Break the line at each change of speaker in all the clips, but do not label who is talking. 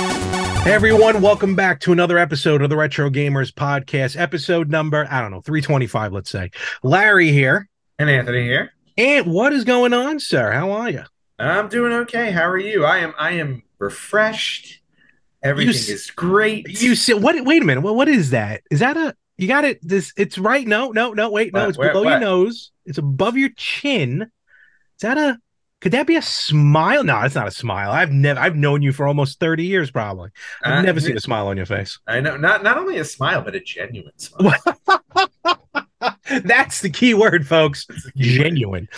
Hey everyone, welcome back to another episode of the Retro Gamers Podcast, episode number, I don't know, 325, let's say. Larry here.
And Anthony here.
And what is going on, sir? How are you?
I'm doing okay. How are you? I am I am refreshed. Everything
s-
is great.
You said what wait a minute. What what is that? Is that a you got it this it's right no no no wait no
What?
it's
Where-
below your
what?
nose. It's above your chin. Is that a could that be a smile? No, it's not a smile. I've never I've known you for almost 30 years probably. I've
Uh,
never seen a smile on your face.
I know not not only a smile, but a genuine smile.
What? That's the key word, folks. Genuine.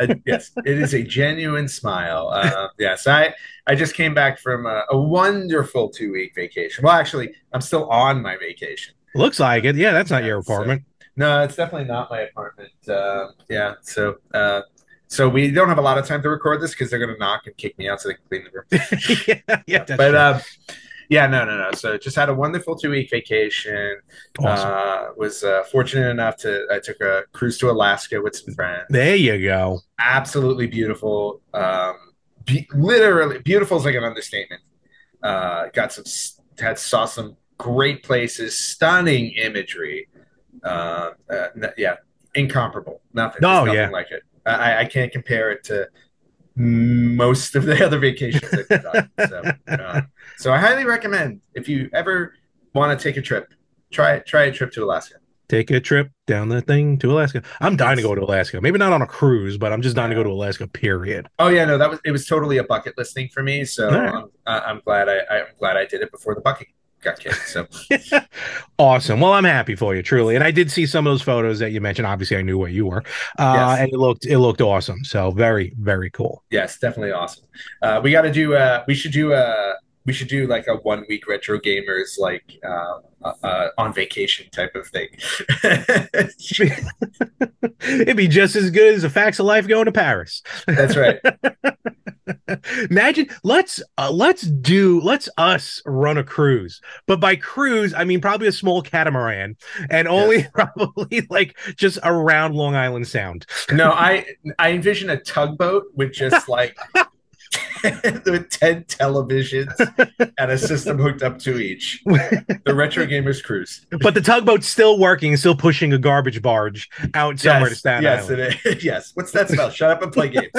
Uh, yes, it is a genuine smile. Uh, yes, I I just came back from a, a wonderful two week vacation. Well, actually, I'm still on my vacation.
Looks like it. Yeah, that's not your
Yeah, so-
apartment.
No, it's definitely not my apartment. Uh, yeah, so uh, so we don't have a lot of time to record this because they're gonna knock and kick me out so they can clean the room.
yeah, yeah, that's
but
true.
uh, yeah, no, no, no. So just had a wonderful two week vacation.
awesome.
Uh, was uh, fortunate enough to I took a cruise to Alaska with some friends.
there you go.
Absolutely beautiful. Um, be- literally beautiful is like an understatement. Uh, got some s- had saw some great places, stunning imagery. Uh, uh, n- yeah, incomparable. Nothing.
Oh,
there's nothing
yeah.
like it. I, I can't compare it to most of the other vacations I've been on. So, uh, so I highly recommend if you ever want to take a trip, try try a trip to Alaska.
Take a trip down the thing to Alaska. I'm dying to go to Alaska. Maybe not on a cruise, but I'm just dying to go to Alaska. Period.
Oh yeah, no, that was it was totally a bucket list thing for me. So
All right.
I'm, I- I'm glad I I'm glad I did it before the bucket got kicked. So
Awesome. Well, I'm happy for you, truly. And I did see some of those photos that you mentioned. Obviously, I knew where you were, uh,
Yes.
and it looked it looked awesome. So very very cool.
yes, definitely awesome. Uh, we got to do uh we should do uh we should do like a one week retro gamers like uh, uh, uh on vacation type of thing.
It'd be just as good as the facts of life going to Paris.
That's right.
Imagine let's uh, let's do let's us run a cruise, but by cruise I mean probably a small catamaran and only probably like just around Long Island Sound.
No, I I envision a tugboat with just like with ten televisions and a system hooked up to each. The retro gamers cruise.
But the tugboat's still working, still pushing a garbage barge out somewhere to
yes,
Staten
yes,
Island.
it is. Yes. What's that spell? Shut up and play games.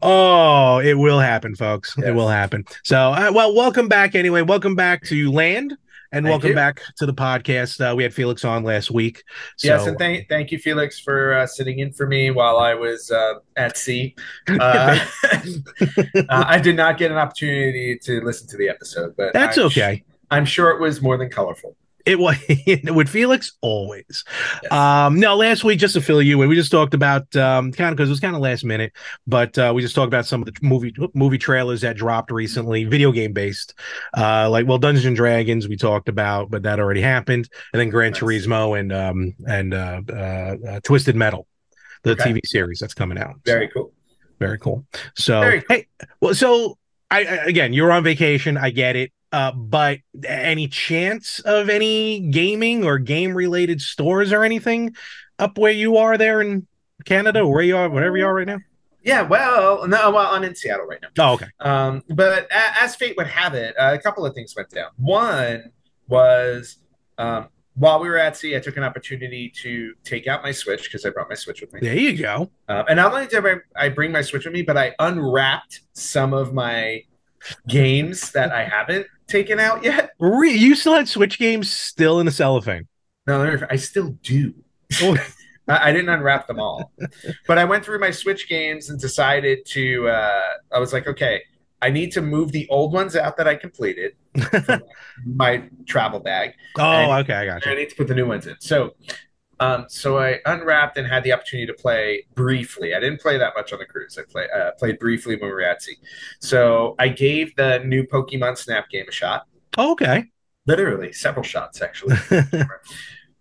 Oh, it will happen, folks. It
Yes.
will happen. So, uh, well, welcome back anyway. Welcome back to Land. And
Thank
welcome
you.
back to the podcast. Uh, we had Felix on last week. So,
yes, and thank thank you, Felix, for uh, sitting in for me while I was uh, at sea. Uh, uh, I did not get an opportunity to listen to the episode, but
that's
I'm sh-
okay.
I'm sure it was more than colorful.
It was with Felix always.
Yes.
Um, no, last week just to fill you in, we just talked about um, kind of because it was kind of last minute, but uh, we just talked about some of the movie movie trailers that dropped recently, video game based, uh, like well, Dungeons and Dragons we talked about, but that already happened, and then Gran
Nice.
Turismo and um, and uh, uh, uh, Twisted Metal, the
Okay.
TV series that's coming out. So-
Very cool.
very cool. So
Very cool.
hey, well, so I I- again, you're on vacation. I get it. Uh, but any chance of any gaming or game related stores or anything up where you are there in Canada or where you are, wherever you are right now?
Yeah. Well, no. Well, I'm in Seattle right now.
Oh, okay.
Um, but a- as fate would have it, uh, a couple of things went down. One was um, while we were at sea, I took an opportunity to take out my Switch because I brought my Switch with me.
There you go.
Um, and not only did I, I bring my Switch with me, but I unwrapped some of my games that I haven't taken out yet.
Re- you still had Switch games still in the cellophane.
No, let me- I still do.
Oh.
I I didn't unwrap them all, but I went through my Switch games and decided to. Uh, I was like, okay, I need to move the old ones out that I completed, from my travel bag,
Oh, okay. I got
and I
you.
need to put the new ones in. So, um, so I unwrapped and had the opportunity to play briefly. I didn't play that much on the cruise. I play, uh, played briefly when we were at sea. So I gave the new Pokemon Snap game a shot.
Okay.
Literally several shots, actually.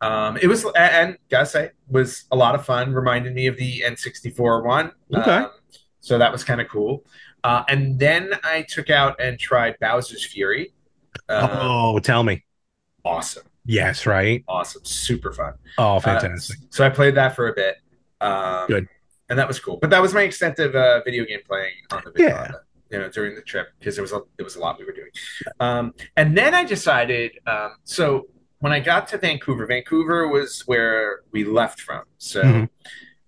um, it was, and gotta say, was a lot of fun. Reminded me of the N64 one.
Okay.
Um, so that was kind of cool. Uh, and then I took out and tried Bowser's Fury. Uh,
oh, tell me.
Awesome,
Yes, right.
awesome, super fun.
Oh,
Uh,
fantastic.
so I played that for a bit. Um,
Good.
And that was cool. But that was my extent of uh, video game playing on the Big
Yeah.
Honda. you know during the trip because there was a there was a lot we were doing. Um, and then I decided. Um, so when I got to Vancouver, Vancouver was where we left from. So
Mhm.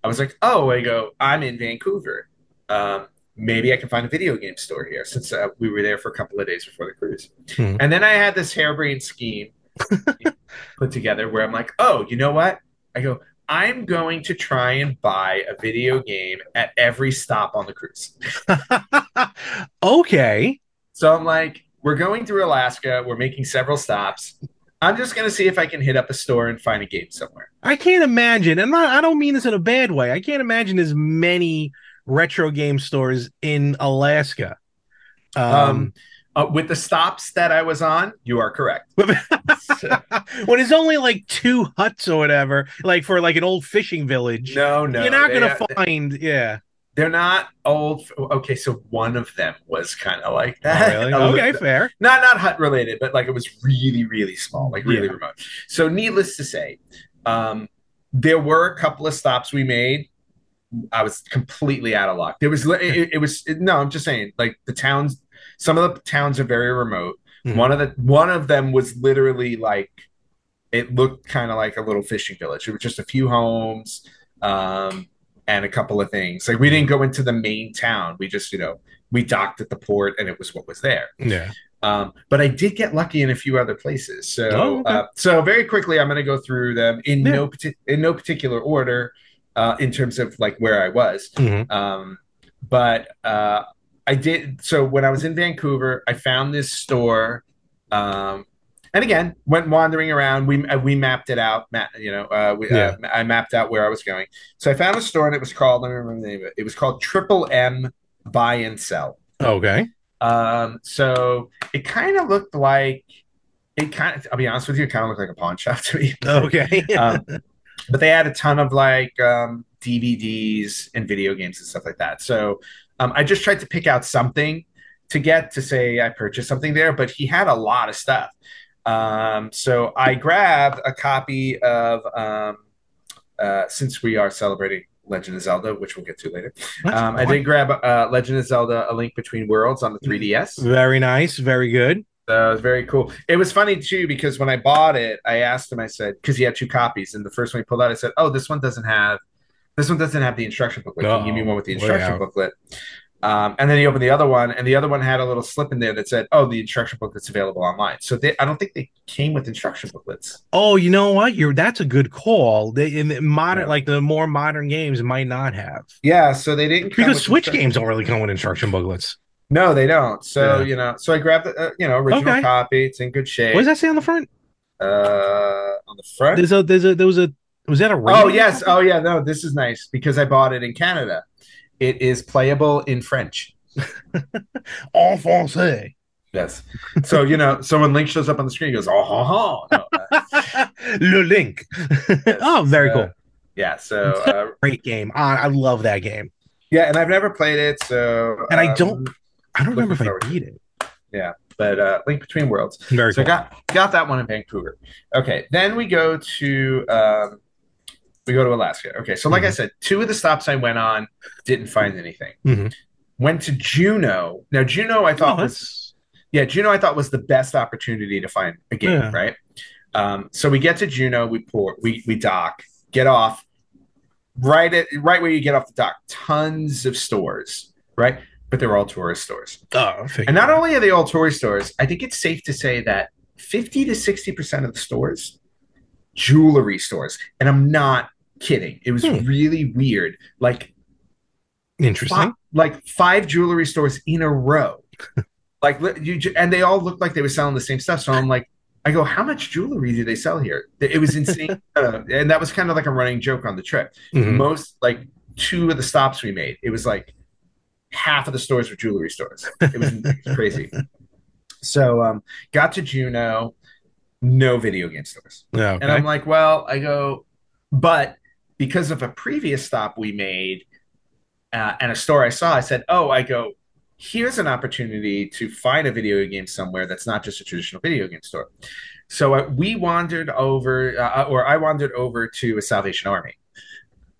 I was like, oh, I go, I'm in Vancouver. Um, maybe I can find a video game store here since uh, we were there for a couple of days before the cruise.
Mhm.
And then I had this harebrained scheme put together where I'm like, oh, you know what? I go, I'm going to try and buy a video game at every stop on the cruise.
okay.
So I'm like, we're going through Alaska. We're making several stops. I'm just going to see if I can hit up a store and find a game somewhere.
I can't imagine, and I, I don't mean this in a bad way. I can't imagine as many retro game stores in Alaska. Um,
Um, uh, with the stops that I was on, you are correct. So-
when it's only like two huts or whatever, like for like an old fishing village,
no, no.
you're not
they- uh,
gonna find. Yeah.
They're not old. Okay, so one of them was kind of like
Oh,
that.
really?
A little-
okay, fair.
not not hut related, but like it was really really small, like really
Yeah.
remote. So needless to say, um, there were a couple of stops we made. I was completely out of luck. There was li- it, it was it- no, I'm just saying like the towns. Some of the towns are very remote.
Mhm.
One of the one of them was literally like it looked kind of like a little fishing village. It was just a few homes um, and a couple of things. Like we didn't go into the main town. We just you know we docked at the port and it was what was there.
Yeah.
Um, but I did get lucky in a few other places. So,
Oh, okay.
uh, so very quickly, I'm going to go through them in
Yeah.
no parti- in no particular order uh, in terms of like where I was.
Mhm.
Um, but uh, I did. So when I was in Vancouver, I found this store, um, and again went wandering around. We uh, we mapped it out. Ma- you know, uh, we,
Yeah.
uh, I mapped out where I was going. So I found a store, and it was called. Let me remember the name of it. It was called Triple M Buy and Sell.
Okay.
Um, so it kind of looked like it kind of, I'll be honest with you, it kind of looked like a pawn shop to me.
Okay.
Um, but they had a ton of like um, DVDs and video games and stuff like that. So um, I just tried to pick out something to get to say I purchased something there, but he had a lot of stuff. Um, so I grabbed a copy of, um, uh, since we are celebrating Legend of Zelda, which we'll get to later. Um, I did grab uh, Legend of Zelda: A Link Between Worlds on the
Mm-hmm.
3DS.
Very nice. Very good.
That was very cool. It was funny too because when I bought it, I asked him. I said because he had two copies, and the first one he pulled out, I said, "Oh, this one doesn't have, this one doesn't have the instruction booklet. Can you give me
Uh-oh.
one with the
Way
instruction
out.
booklet?" Um, and then he opened the other one, and the other one had a little slip in there that said, "Oh, the instruction booklet's available online." So they, I don't think they came with instruction booklets.
Oh, you know what? You're that's a good call. They in the modern,
Yeah.
like the more modern games, might not have
Yeah, so they didn't come
because
with
Switch
instruction-
games don't really come with instruction booklets.
No, they don't. So
Yeah.
you know, so I grabbed the uh, you know original
Okay.
copy. It's in good shape.
What does that say on the front?
Uh, on the front.
There's a there's a there was a was that a
Oh
rating?
yes. Oh yeah. No, this is nice because I bought it in Canada. It is playable in French.
En français.
Yes. So you know, so when Link shows up on the screen, he goes, "Oh, ha, ha." No, uh,
Le Link. oh, very
uh,
cool.
yeah. So uh,
Great game. I, I love that game.
yeah, and I've never played it, so
And I
um,
don't- I don't remember if
looking
I
forward to
beat it.
But uh, Link Between Worlds.
Very
So I
cool.
got got that one in Vancouver. Okay. Then we go to um, we go to Alaska. Okay. So like
Mm-hmm.
I said, two of the stops I went on didn't find anything.
Mhm.
Went to Juneau. Now Juneau, I
Oh,
thought was
that's
yeah, Juno I thought was the best opportunity to find a game,
Yeah.
right? Um, so we get to Juno, we pour, we we dock, get off, right at right where you get off the dock, tons of stores, right? But they're all tourist stores.
oh,
And not only are they all tourist stores, I think it's safe to say that 50 to 60% of the stores, jewelry stores. And I'm not kidding. It was
Hmm.
really weird. Like
interesting.
fi- like five jewelry stores in a row. like li- you, ju- and they all looked like they were selling the same stuff. So I'm like, I go, how much jewelry do they sell here? Th- It was insane, Uh, and that was kind of like a running joke on the trip.
Mhm.
Most like two of the stops we made, it was like half of the stores were jewelry stores. It was, it was crazy. So um, got to Juneau, no video game stores.
Yeah,
And
okay.
I'm like, well, I go, but because of a previous stop we made uh, and a store I saw, I said, oh, I go, here's an opportunity to find a video game somewhere that's not just a traditional video game store. So uh, we wandered over, uh, or I wandered over to a Salvation Army.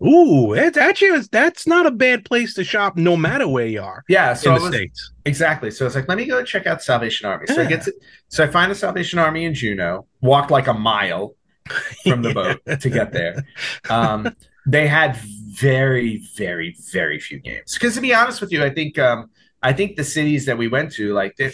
Ooh, it's actually it's- that's not a bad place to shop, no matter where you are
Yeah, so
in
I
the
was-
states.
exactly. So it's like, let me go check out Salvation Army. So I
Yeah.
get to, so I find the Salvation Army in Juneau. Walked like a mile from the boat to get there. Um, they had very, very, very few games. Because to be honest with you, I think um, I think the cities that we went to, like they're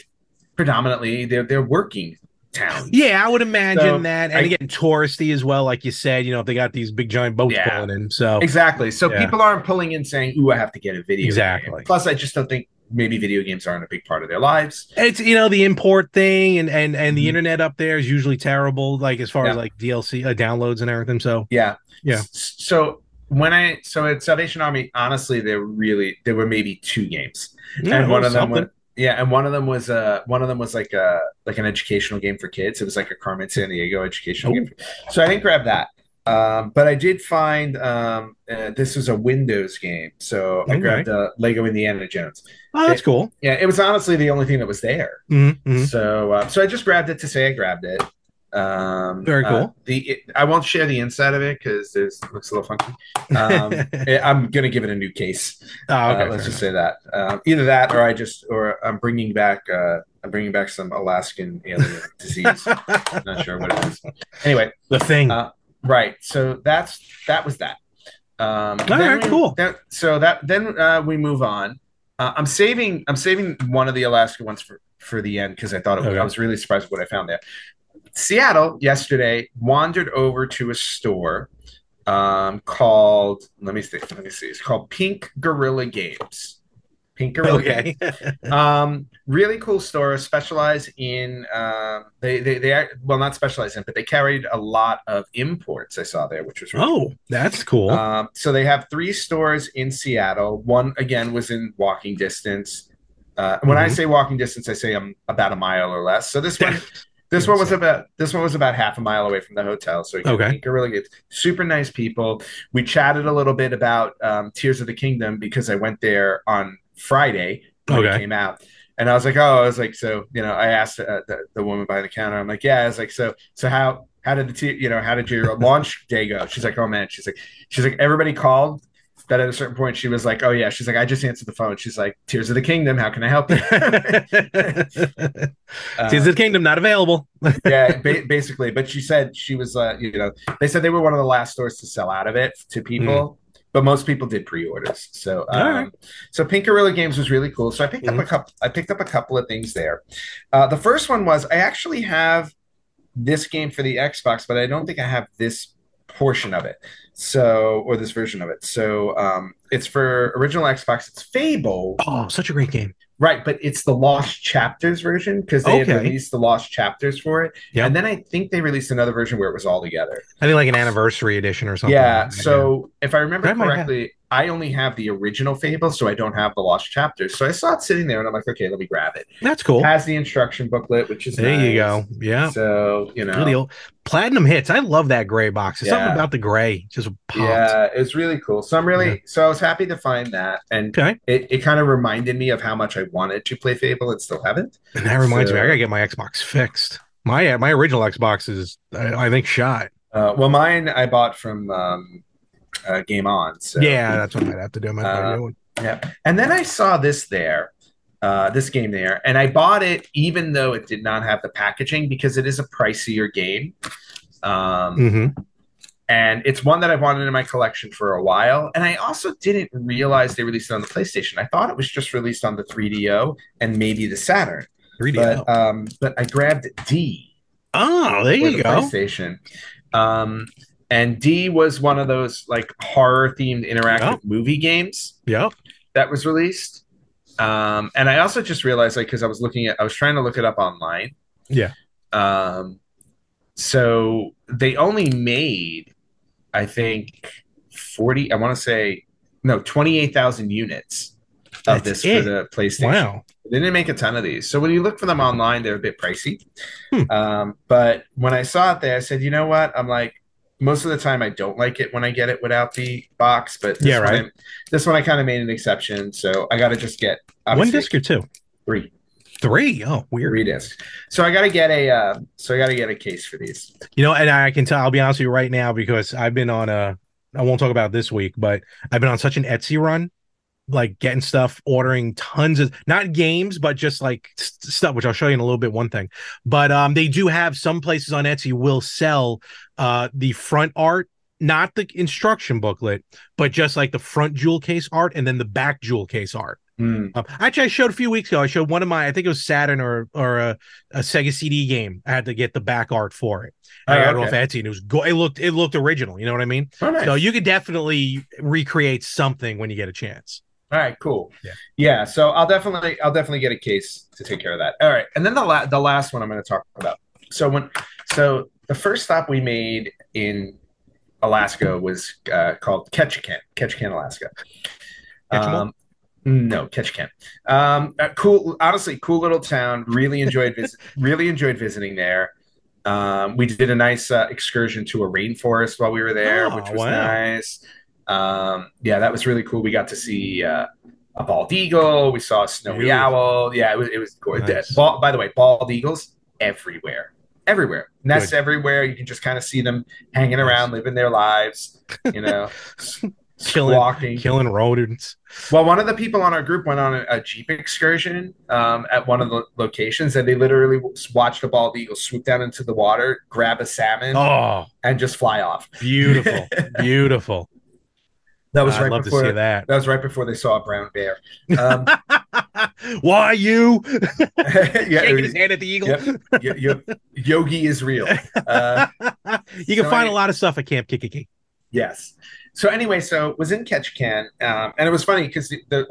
predominantly they're they're working towns.
Yeah, I would imagine
So,
that, and
I-
again, touristy as well. Like you said, you know, if they got these big giant boats
Yeah.
pulling in, so
Exactly. So
Yeah.
people aren't pulling in saying, "Ooh, I have to get a video." game."
Exactly.
Plus, I just don't think maybe video games aren't a big part of their lives.
it's you know the import thing, and and and the
Mhm.
internet up there is usually terrible, like as far as
Yeah.
like DLC uh, downloads and everything. So
Yeah.
Yeah.
S- So when I so at Salvation Army, honestly, there really there were maybe two games.
yeah,
and one of them was,
something.
yeah, and one of them was uh one of them was like a like an educational game for kids. It was like a Carmen San Diego educational game. So I didn't grab that. Um, but I did find um, uh, this was a Windows game, so I
Okay.
grabbed uh, Lego Indiana Jones.
oh, that's cool.
Yeah, it was honestly the only thing that was there.
Mhm, mhm.
So uh, so I just grabbed it to say I grabbed it. Um,
Very
uh,
cool.
the it, I won't share the inside of it because it looks a little funky. Um, eh, I'm gonna give it a new case.
Oh,
Uh,
okay, fair
let's just
enough.
say that. Um, either that, or I just, or I'm bringing back, uh, I'm bringing back some Alaskan alien disease. Not sure what it is. Anyway,
the thing.
Uh, right. So that's that was that. Um,
All
then
right,
we-
cool.
that- so that then uh, we move on. Uh, I'm saving I'm saving one of the Alaska ones for for the end because I thought it,
Okay.
I was really surprised with what I found there. Seattle yesterday wandered over to a store um, called let me see let me see it's called Pink Gorilla Games. Pink Gorilla Games
okay.
um really cool store specialize in um they they they are well not specialize in but they carried a lot of imports i saw there which was really
oh, that's cool.
um, so they have three stores in seattle one again was in walking distance uh when i
Mhm.
say walking distance i say i'm about a mile or less so this one this
Yeah,
one was
same.
about this one was about half a mile away from the hotel so
Okay.
okay really good super nice people we chatted a little bit about um tears of the kingdom because i went there on friday when it
okay.
came out. And I was like, oh, I was like, so you know, I asked uh, the, the woman behind the counter. I'm like, yeah. I was like, so so how how did the t- you know how did your launch day go? She's like, oh man. She's like, she's like everybody called. That at a certain point, she was like, oh yeah. She's like, I just answered the phone. She's like, Tears of the Kingdom. How can I help you? Uh,
Tears of the Kingdom not available.
yeah, ba- basically. But she said she was, uh, you know, they said they were one of the last stores to sell out of it to people, but most people did pre-orders. So, um,
Hmm. All right.
so Pink Gorilla Games was really cool. So I picked
Mhm.
up a couple. I picked up a couple of things there. Uh, the first one was I actually have this game for the Xbox, but I don't think I have this portion of it. So, or this version of it. So, um, it's for original Xbox. It's Fable.
Oh, such a great game.
Right, but it's the Lost Chapters version because they
Okay.
had released the Lost Chapters for it,
Yep.
and then I think they released another version where it was all together.
I think like an anniversary edition or something.
yeah. So if I remember
That might have-
correctly, I only have the original Fable, so I don't have the Lost Chapters. So I saw it sitting there, and I'm like, okay, let me grab it.
that's cool.
It has the instruction booklet, which is
There you
nice.
go. Yeah.
So you know,
Really old. Platinum hits. I love that gray box. There's something
Yeah.
about the gray. Just popped.
yeah, it's really cool. So I'm really
Yeah.
so I was happy to find that, and
Okay.
it, it kind of reminded me of how much I wanted to play Fable and still haven't.
And that reminds me, I
So-
gotta get my Xbox fixed. My my original Xbox is I, I think shot.
Uh, well, mine I bought from um, uh, Game On. So.
Yeah, that's what I might have to do. I might buy a
Uh,
new one.
And then I saw this there, uh, this game there, and I bought it even though it did not have the packaging because it is a pricier game. Um,
Mhm.
And it's one that I've wanted in my collection for a while. And I also didn't realize they released it on the PlayStation. I thought it was just released on the 3DO and maybe the Saturn.
3D.
But, um, but I grabbed D
oh, there
for
you
the
go.
PlayStation. Um, and D was one of those like horror themed interactive
Yeah.
movie games
Yep.
that was released. Um, and I also just realized, like, because I was looking at, I was trying to look it up online.
Yeah.
Um, so they only made, I think, 40, I want to say, no, 28,000 units of
That's
this
it.
for the PlayStation.
Wow.
They didn't make a ton of these. So when you look for them online, they're a bit pricey.
Hmm.
Um, but when I saw it there, I said, you know what? I'm like, most of the time I don't like it when I get it without the box, but this
Yeah,
one
right.
I- this one I kind of made an exception. So I got to just get
One
obviously,
disc or two?
three,
Three. Oh, weird.
three discs. So I got to get a, uh, so I got to get a case for these.
You know, and I can tell. I'll be honest with you right now because I've been on a I won't talk about it this week, but I've been on such an Etsy run, like getting stuff, ordering tons of not games, but just like st- stuff, which I'll show you in a little bit. One thing, but um, they do have some places on Etsy will sell uh the front art, not the instruction booklet, but just like the front jewel case art and then the back jewel case art.
Hmm.
Um, actually, I showed a few weeks ago. I showed one of my, I think it was Saturn or or a, a Sega CD game. I had to get the back art for it. I
Oh,
got
okay.
it off Etsy, and it was go- it looked it looked original. You know what I mean?
Oh, nice.
So you could definitely recreate something when you get a chance.
All right, cool.
Yeah.
Yeah, so I'll definitely I'll definitely get a case to take care of that. All right. And then the la- the last one I'm going to talk about. So when so the first stop we made in Alaska was uh, called Ketchikan, Ketchikan, Alaska.
Ketchimal?
Um, no, Ketchikan. Um, uh, cool, honestly, cool little town. Really enjoyed visit, really enjoyed visiting there. Um, we did a nice uh, excursion to a rainforest while we were there,
Oh,
which was
wow.
nice. Um, yeah, that was really cool. We got to see uh, a bald eagle. We saw a snowy
Really?
owl. Yeah, it was, it was gorgeous.
Nice.
Ba- by the way, bald eagles everywhere, everywhere. Nests
Good.
everywhere. You can just kind of see them hanging around, living their lives. You know,
Killing-
squawking.
Killing rodents.
Well, one of the people on our group went on a, a jeep excursion um, at one of the locations, and they literally watched a bald eagle swoop down into the water, grab a salmon,
Oh,
and just fly off.
beautiful, beautiful.
That was
I'd
right
love
before.
to see that.
That was right before they saw a brown bear. Um,
Why you
yeah,
shaking
it
his
was-
hand at the eagle?
Yep. yo- yo- Yogi is real. Uh,
you can
so
find
I-
a lot of stuff at Camp Kikiki.
yes. So anyway, so it was in Ketchikan, um, and it was funny because the, the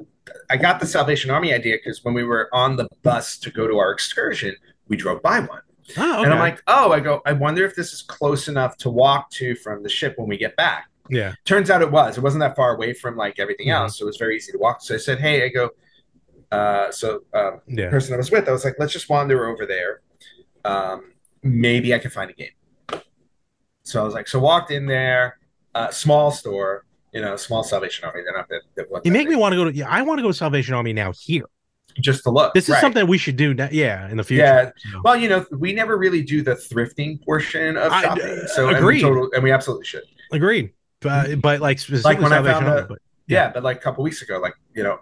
I got the Salvation Army idea because when we were on the bus to go to our excursion, we drove by one.
Oh, okay.
And I'm like, oh, I go, I wonder if this is close enough to walk to from the ship when we get back.
yeah,
Turns out it was. It wasn't that far away from like everything
Mhm.
else. So it was very easy to walk. So I said, hey, I go, uh, so um, the
yeah.
person I was with, I was like, let's just wander over there. Um, maybe I can find a game. So I was like, so walked in there, uh, small store, you know, small Salvation Army. They're not that, that what
You
that
make me want to go to. Yeah, I want to go to Salvation Army now. Here,
big. just to look.
this is
Right.
something we should do. Now, yeah, in the future.
Yeah,
So-
Well, you know, we never really do the thrifting portion of
I- uh,
shopping. so and we,
agreed.
total, and we absolutely should.
Agreed. But, but like specifically
Mm-hmm. when I
Salvation
found
Army.
a-
but-
yeah, but like a couple weeks ago, like you know,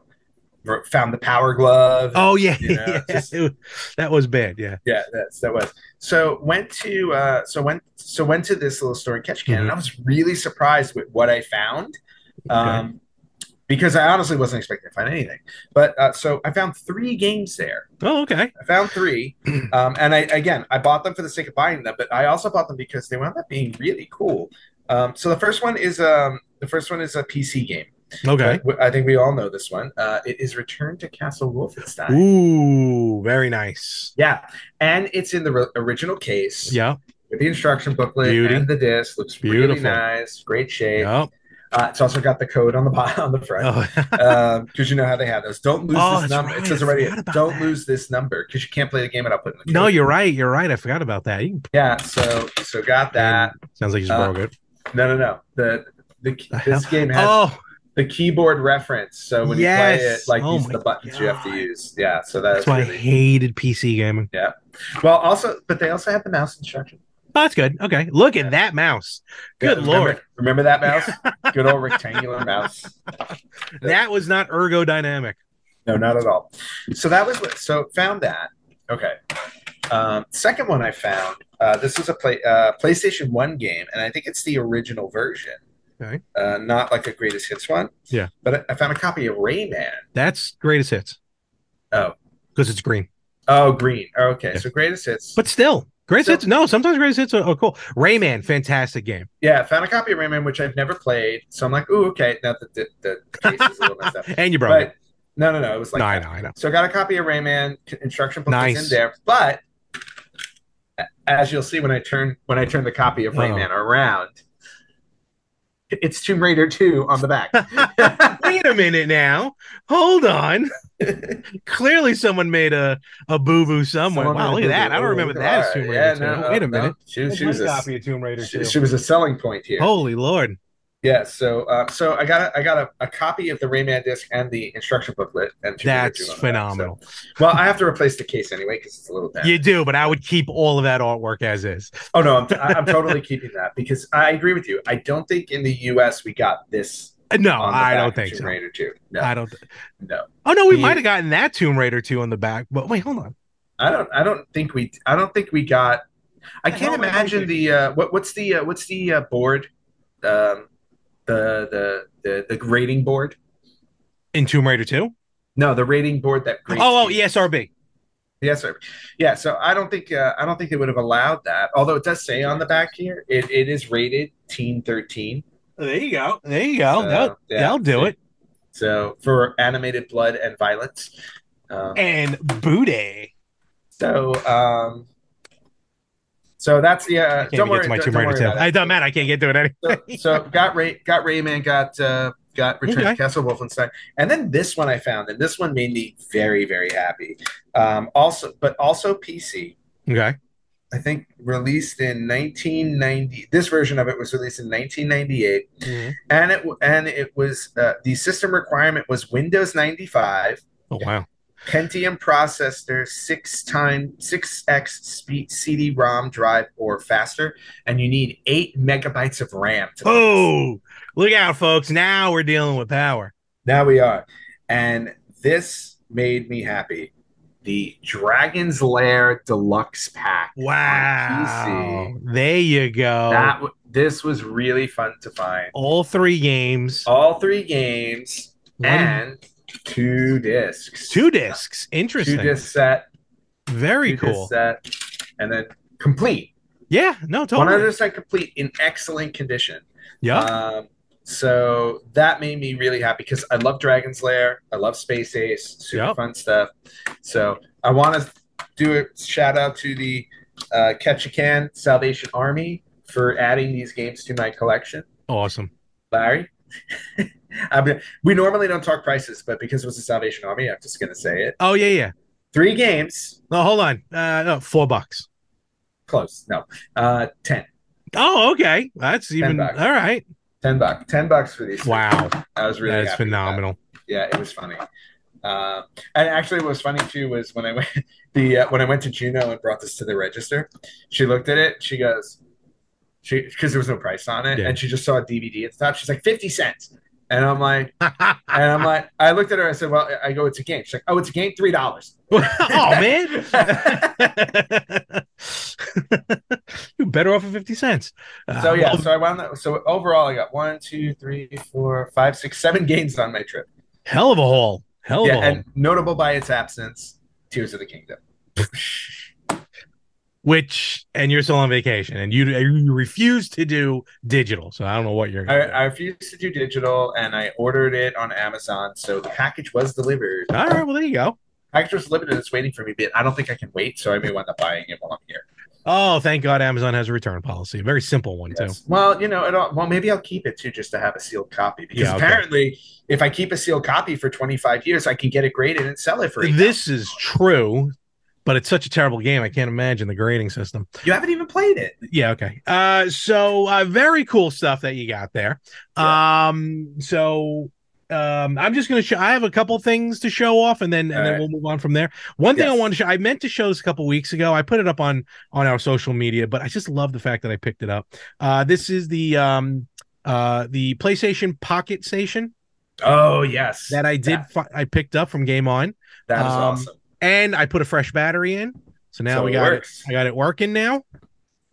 r- found the power glove.
oh yeah,
You know,
yeah.
just-
It was- that was bad. Yeah.
yeah, that's that was. So went to uh, so went so went to this little store in Ketchikan,
Mm-hmm.
and I was really surprised with what I found, um, because I honestly wasn't expecting to find anything. But uh, so I found three games there.
Oh okay.
I found three, um, and I again I bought them for the sake of buying them, but I also bought them because they wound up being really cool. Um, so the first one is um, the first one is a PC game.
Okay.
Uh, I think we all know this one. Uh, it is Return to Castle Wolfenstein.
Ooh, very nice.
Yeah, and it's in the ri- original case
Yeah.
with the instruction booklet
Beauty.
and the disc. Looks really
Beautiful.
nice, great shape.
Yeah.
Uh, it's also got the code on the bottom, on the front
Oh,
because you know how they have those. Don't lose
Oh, that's
this number.
right.
It says
I
already.
forgot about
Don't
that.
lose this number because you can't play the game without putting the.
no,
code.
you're right. You're right. I forgot about that. You-
Yeah, so so got that.
sounds like you just
Uh,
broke it.
No, no, no. The the
The
this
hell?
game has
Oh,
the keyboard reference, so when you play it,
Yes.
like
Oh
these are
my
the buttons you have to
God.
use. Yeah, so
that's
that's
why I
really-
hated PC gaming.
Well, also, but they also have the mouse instruction.
Oh, that's good. Okay. Look at that mouse.
Yeah,
Good
remember-
lord.
remember that mouse? Good old rectangular mouse.
That was not ergodynamic.
No, not at all. So that was what- so found that. Okay. Um, second one I found. Uh, this is a play uh, PlayStation One game, and I think it's the original version.
Okay.
Uh, not like a greatest hits one.
Yeah.
But I, I found a copy of Rayman.
That's greatest hits.
Oh.
Because it's green.
Oh, green. Oh, okay.
Yeah.
So greatest hits.
But still, greatest
So-
hits. No, sometimes greatest hits are, are cool. Rayman, fantastic game.
yeah, found a copy of Rayman, which I've never played. So I'm like, ooh, okay. Now that the, the case is a little messed up.
And you broke
But
it.
no, no, no. It was like
no, I know, I know.
So I got a copy of Rayman c- instruction book that's
Nice.
in there, but a- as you'll see when I turn when I turn the copy of
Oh.
Rayman around, i- it's Tomb Raider 2 on the back.
Wait a minute now. Hold on. Clearly, someone made a, a boo boo somewhere.
Someone
wow,
made
look
a
at that. I
boo-boo.
don't remember
Look
that
at
as Tomb
that.
Raider
Yeah,
2.
no,
Wait a
no,
minute.
no. She, she
That's
was
my
a,
copy of Tomb Raider
she,
2.
she was a selling point here.
Holy Lord.
Yeah, so uh, so I got a, I got a, a copy of the Rayman disc and the instruction booklet. And
That's
So-
phenomenal.
well, I have to replace the case anyway because it's a little damaged.
You do, but I would keep all of that artwork as is.
Oh no, I'm, I'm totally keeping that because I agree with you. I don't think in the U.S. we got this.
No,
on the
I
back
don't
of
think
Tomb
so.
Raider two. No,
I don't.
no,
Oh no, we
You-
might have gotten that Tomb Raider two on the back. But wait, hold on.
I don't. I don't think we. I don't think we got. I
The
can't
hell am I
imagine the uh, what. What's the uh, what's the uh, board? Um, the the the the rating board.
In Tomb Raider two.
No, the rating board that.
Oh
grades
oh,
games.
ESRB.
Yes, sir. Yeah, so I don't think uh, I don't think they would have allowed that. Although it does say on the back here, it, it is rated teen thirteen.
There you go. There you go.
So,
that'll,
yeah.
that'll do it.
So for animated blood and violence. Um,
And booty.
so um, so that's yeah.
I can't
don't
even
worry,
get to my
don't-
Tomb
don't
Raider
worry
two.
about it.
It doesn't matter. I can't get to it anyway.
so, so got Ray, got Rayman, got uh, got Return
Okay.
to Castle Wolfenstein, and then this one I found, and this one made me very very happy. Um, also, but also PC.
Okay.
I think released in 1990. This version of it was released in 1998, and it and it was uh, the system requirement was Windows 95,
Oh wow.
Pentium processor, six time six x speed CD-ROM drive or faster, and you need eight megabytes of RAM. to play this.
Oh, look out, folks! Now we're dealing with power.
Now we are. And this made me happy. The Dragon's Lair Deluxe Pack. on
Wow.
PC.
There you go.
That w- this was really fun to find.
All three games,
All three games
one-
Oh, and two discs.
two discs.
Two
Interesting.
disc set.
Very
two
cool.
disc set. And then complete.
Yeah. No.
One
Totally.
hundred percent complete in excellent condition.
yeah.
Um, so that made me really happy because I love Dragon's Lair. I love Space Ace. Super
Yep.
fun stuff. So I want to do a shout out to the uh, Ketchikan Salvation Army for adding these games to my collection.
awesome.
Larry. I mean, we normally don't talk prices, but because it was the Salvation Army, I'm just going to say it.
Oh yeah, yeah.
Three games,
No, hold on. Uh, no, four bucks.
close. No, uh, 10.
Oh, okay. That's even all
bucks.
right.
10 bucks. 10 bucks for these. three.
Wow,
I was really
that is
happy with that.
phenomenal.
yeah, it was funny. Uh, and actually, what was funny too was when I went the uh, when I went to Juno and brought this to the register, she looked at it. She goes, she because there was no price on it,
Yeah.
and she just saw a DVD at the top. She's like fifty cents, and I'm like, and I'm like, I looked at her. I said, well, I go, it's a game. She's like, oh, it's a game, three dollars.
oh man. You're better off at fifty cents. Uh,
So yeah,
well,
so I wound up. So overall, I got one, two, three, four, five, six, seven games on my trip.
hell of a haul. Hell of
Yeah,
a haul.
and notable by its absence, Tears of the Kingdom.
Which and you're still on vacation and you, you refuse to do digital. So I don't know what you're.
I,
Gonna
I refused to do digital and I ordered it on Amazon. So the package was delivered.
do. All right. Well, there you go.
Package was delivered and it's waiting for me, but I don't think I can wait. So I may wind up buying it while I'm here.
Oh, thank God Amazon has a return policy. A very simple one too.
Yes. Well, you know, it all, well, maybe I'll keep it too just to have a sealed copy because
Yeah, okay.
apparently if I keep a sealed copy for 25 years, I can get it graded and sell it for $8.
This is true, but it's such a terrible game. I can't imagine the grading system.
You haven't even played it.
Yeah. Okay. Uh, so uh, very cool stuff that you got there. Um, so. Um, I'm just gonna show. I have a couple things to show off, and then and
All
then
right.
we'll move on from there. One thing I
Yes.
wanted to show. I meant to show this a couple weeks ago. I put it up on on our social media, but I just love the fact that I picked it up. Uh, this is the um uh the PlayStation Pocket Station
Oh, yes.
that I did. Fi- I picked up from Game On,
that is
um,
awesome.
and I put a fresh battery in. So now
So
we
it
got
works.
it. I got it working now.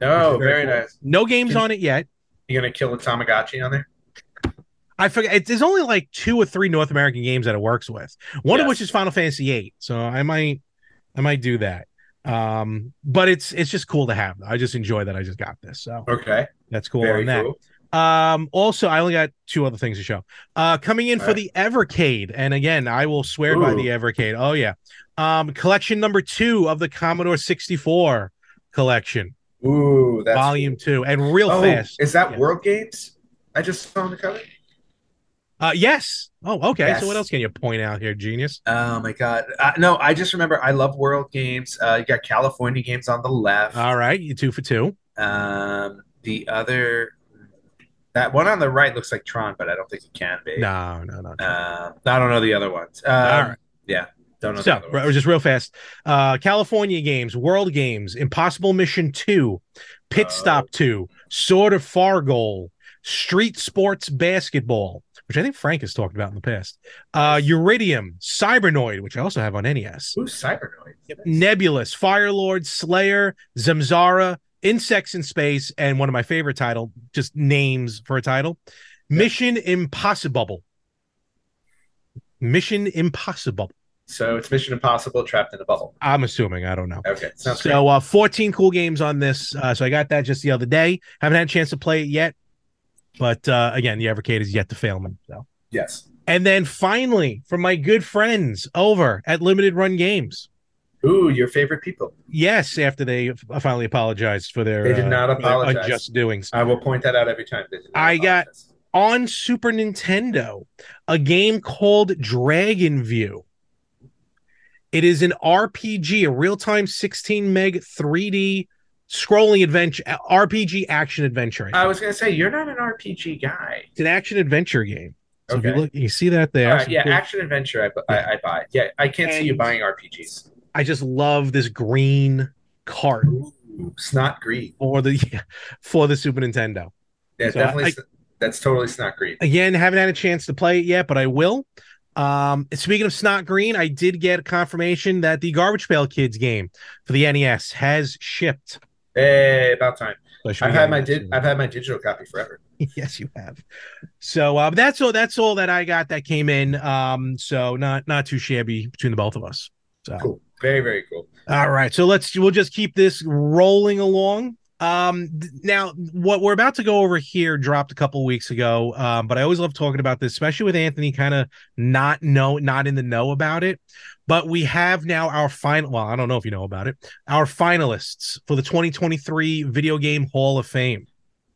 Oh,
Which is
very
very cool.
nice.
No games
Can-
on it yet.
You're going to kill the Tamagotchi on there?
I forget. It, there's only like two or three North American games that it works with. One of
Yes.
which is Final Fantasy VIII. So I might, I might do that. Um, but it's it's just cool to have. I just enjoy that I just got this. So
Okay.
that's cool
very
on that.
cool.
Um, also, I only got two other things to show. Uh, coming in
All
for
right.
the Evercade, and again, I will swear by
Ooh.
the Evercade. Oh yeah, um, collection number two of the Commodore 64 collection,
Ooh, that's
volume two, and real
Oh,
fast.
is that
Yeah.
World Games? I just saw on the cover.
Uh, yes. Oh, okay.
Yes.
So what else can you point out here, genius?
Oh my god! Uh, no, I just remember I love World Games. Uh, you got California Games on the left.
Uh-huh. All right, you two for two.
Um, the other, That one on the right looks like Tron, but I don't think it can be.
No, no, no. no.
Uh, I don't know the other ones. Um,
All right.
Don't know.
So,
the other
r-
ones.
just real fast. Uh, California Games, World Games, Impossible Mission 2, Pit
Oh.
Stop 2, Sword of Fargoal, Street Sports Basketball, which I think Frank has talked about in the past, uh, Uridium, Cybernoid, which I also have on E NES,
Who's Cybernoid?
Nebulous, Firelord, Slayer, Zamzara, Insects in Space, and one of my favorite title, just names for a title, Mission Impossible. Mission Impossible.
So it's Mission Impossible trapped in a bubble.
I'm assuming. I don't know.
Okay, sounds great.
So uh, 14 cool games on this. Uh, so I got that just the other day. Haven't had a chance to play it yet, but uh, again, the Evercade is yet to fail me. So
Yes.
and then finally, from my good friends over at Limited Run Games.
Ooh, your favorite people.
Yes, after they f- uh, finally apologized for their
They did
uh,
not
for their
apologize.
unjust doings
I will point that out every time. They did not
I got-
apologize.
on Super Nintendo, a game called Dragon View. It is an RPG, a real-time 16 meg 3D scrolling uh, adventure RPG action adventure.
I was gonna say you're not an RPG guy.
It's an action adventure game. So if
Okay.
you look, you see that there.
All right, yeah,
Some cool-
action adventure. I, bu- I, I buy. Yeah, I can't see you
And-
buying RPGs.
I just love this green cart
Ooh, snot green.
for the for the Super Nintendo.
Yeah,
So
definitely.
I-
sn- that's totally snot green.
Again, haven't had a chance to play it yet, but I will. Um, speaking of Snot Green, I did get confirmation that the Garbage Pail Kids game for the NES has shipped.
Hey, about time.
So I should be
I've had
getting
my
that
di-
soon.
I've had my digital copy forever.
yes, you have. So uh, that's all. That's all that I got that came in. Um, so not not too shabby between the both of us. So
Cool. Very very cool.
All right. So let's we'll just keep this rolling along. Um th- now what we're about to go over here dropped a couple weeks ago. Um, but I always love talking about this, especially with Anthony kind of not know not in the know about it. But we have now our final well, I don't know if you know about it, our finalists for the 2023 Video Game Hall of Fame,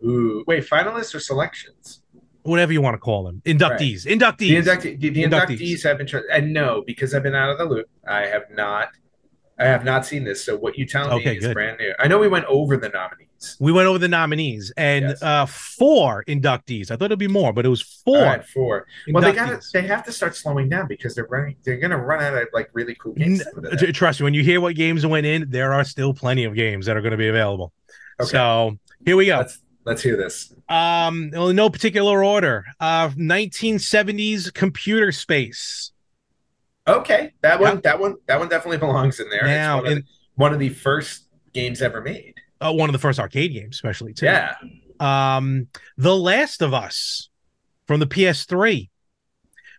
Ooh, wait, finalists or selections?
whatever you want to call them. Inductees. Inductees.
The, inductee, the, the
Inductees.
inductees. have been. Tra- and no, because I've been out of the loop. I have not. I have not seen this. So what you tell
Okay,
me is
good.
brand new. I know we went over the nominees.
we went over the nominees and
Yes.
uh four inductees. I thought it'd be more, but it was four.
All right, four. Well, they got.
inductees.
They have to start slowing down because they're running. They're gonna run out of like really cool games. to put in
Tr-
there.
Trust me, when you hear what games went in, there are still plenty of games that are going to be available.
Okay.
So here we go.
Let's let's hear this.
Um, well, in no particular order. Uh, 1970s computer space.
Okay, that
Yeah.
one. That one. That one definitely belongs in there.
Now,
it's one,
in-
of the, one of the first games ever made.
Uh, one of the first arcade games, especially too.
Yeah.
Um, The Last of Us from the PS3,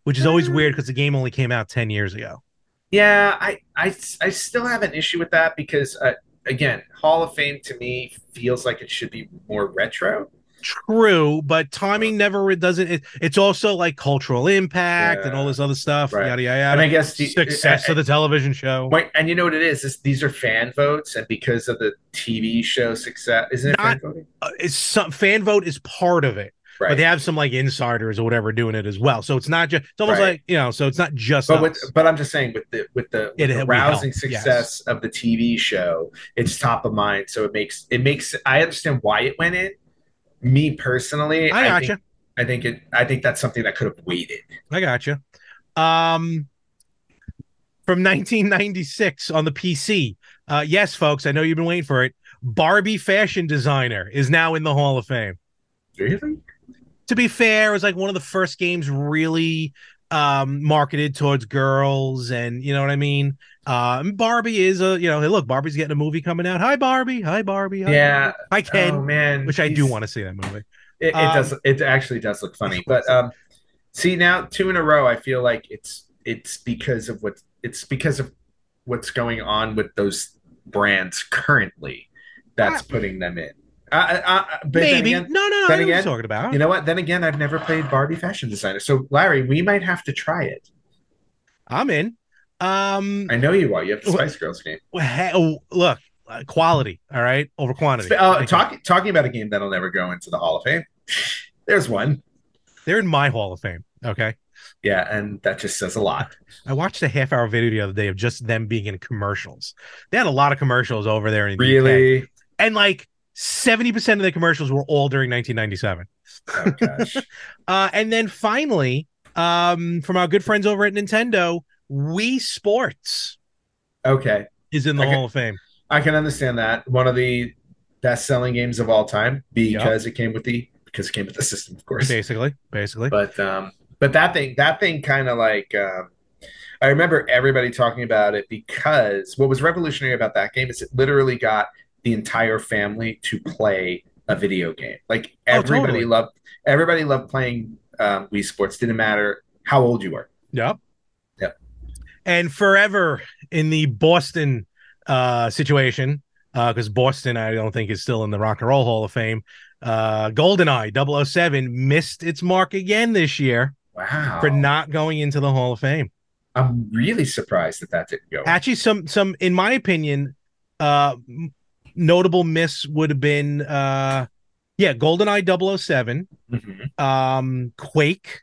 which is
Ah.
always weird because the game only came out 10 years ago.
Yeah, I, I, I still have an issue with that because, uh, again, Hall of Fame to me feels like it should be more retro.
True, but timing never it doesn't. It, it's also like cultural impact and all this other stuff.
Right.
Yada
And
yada
I
yada.
guess the-
Success
I-
of the television show.
I- wait, and you know what it is? is these are fan votes, and because of the TV show success, isn't it fan
Not-
voting?
uh, it's some fan vote is part of it, but
Right.
they have some like insiders or whatever doing it as well. So it's not just it's almost
Right.
like you know, so it's not just
But with,
us.
but I'm just saying with the with the,
It
with the
helped- we
rousing
helped, yes.
success of the TV show, it's top of mind. So it makes it makes I understand why it went in. Me personally,
I gotcha.
think I think it I think that's something that could have waited.
I gotcha. Um, from 1996 on the PC. Uh, yes, folks, I know you've been waiting for it. Barbie fashion designer is now in the Hall of Fame.
Really?
to be fair, it was like one of the first games really um marketed towards girls and you know what I mean? Um Barbie is a you know, hey look, Barbie's getting a movie coming out. Hi Barbie, hi Barbie. Hi,
Yeah.
Barbie. Hi Ken,
oh man,
which I do
He's-
want to see that movie.
It, it
Um,
does. It actually does look funny. But um, see now, two in a row. I feel like it's it's because of what it's because of what's going on with those brands currently that's putting them in. I, I, I, but then
Ah. Maybe.
again-
no, no, no. I
then
know what you're
again,
talking about.
you know what? Then again, I've never played Barbie fashion designer. So Larry, we might have to try it.
I'm in. Um
I know you are. You have the Spice Girls game.
he- oh, look, uh, quality, all right, over quantity.
Uh,
Thank
talking talking about a game that'll never go into the Hall of Fame. There's one.
you. They're in my Hall of Fame, okay?
Yeah, and that just says a lot.
I watched a half hour video the other day of just them being in commercials. They had a lot of commercials over there in the UK.
Really?
and like Seventy percent of the commercials were all during 1997.
Oh gosh.
Uh, and then finally, um, from our good friends over at Nintendo, Wii Sports
okay.
is in the
Okay.
Hall of Fame.
I can understand that. One of the best selling games of all time because it came with the because it came with the system, of course.
Basically, basically.
But um but that thing that thing kind of like um I remember everybody talking about it because what was revolutionary about that game is it literally got the entire family to play a video game. Like
Oh,
everybody
totally.
loved everybody loved playing um, Wii Sports. Didn't matter how old you were.
Yep.
Yep.
And forever in the Boston uh, situation, because Boston, I don't think, is still in the Rock and Roll Hall of Fame. Uh, GoldenEye 007 missed its mark again this year
Wow.
for not going into the Hall of Fame.
I'm really surprised that that didn't go.
Actually, some some in my opinion, uh, m- notable miss would have been uh, yeah, GoldenEye 007,
Mhm.
um, Quake,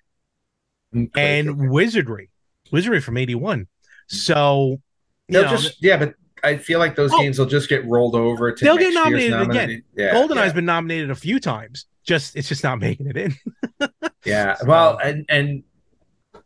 and Wizardry, Wizardry from '81. So you
They'll
know,
just yeah, but I feel like those
Oh.
games will just get rolled over to
They'll
next
get
year's
nominated again.
nominee. Yeah,
GoldenEye's
yeah,
been nominated a few times. Just it's just not making it in.
yeah.
so-
Well, and and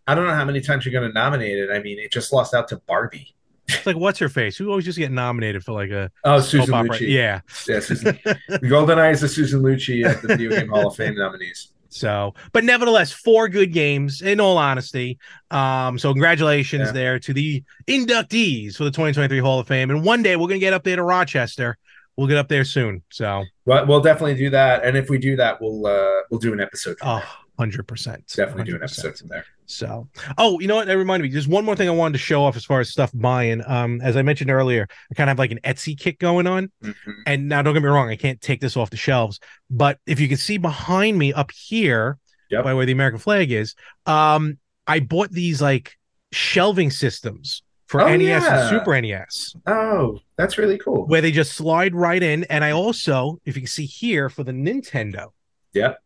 I don't know how many times you're going to nominate it. I mean, it just lost out to Barbie.
It's like what's her face? Who always just get nominated for like a
Oh, Susan
soap opera?
Lucci.
Yeah.
yeah Susan. GoldenEye is the Susan Lucci at the Video Game Hall of Fame nominees.
So, but nevertheless, four good games. In all honesty, um, so congratulations
Yeah.
there to the inductees for the 2023 Hall of Fame. And one day we're gonna get up there to Rochester. We'll get up there soon. So,
But we'll definitely do that, and if we do that, we'll uh, we'll do an episode. From
oh,
there.
100%.
Definitely do an
100%.
episode from there.
So, oh, you know what? That reminded me. There's one more thing I wanted to show off as far as stuff buying. Um, as I mentioned earlier, I kind of have like an Etsy kick going on.
Mhm.
And now, don't get me wrong, I can't take this off the shelves. But if you can see behind me up here,
Yep.
by where the American flag is, um, I bought these like shelving systems for
Oh,
NES
yeah.
and Super NES,
Oh, that's really cool.
where they just slide right in. And I also, if you can see here, for the Nintendo.
Yep.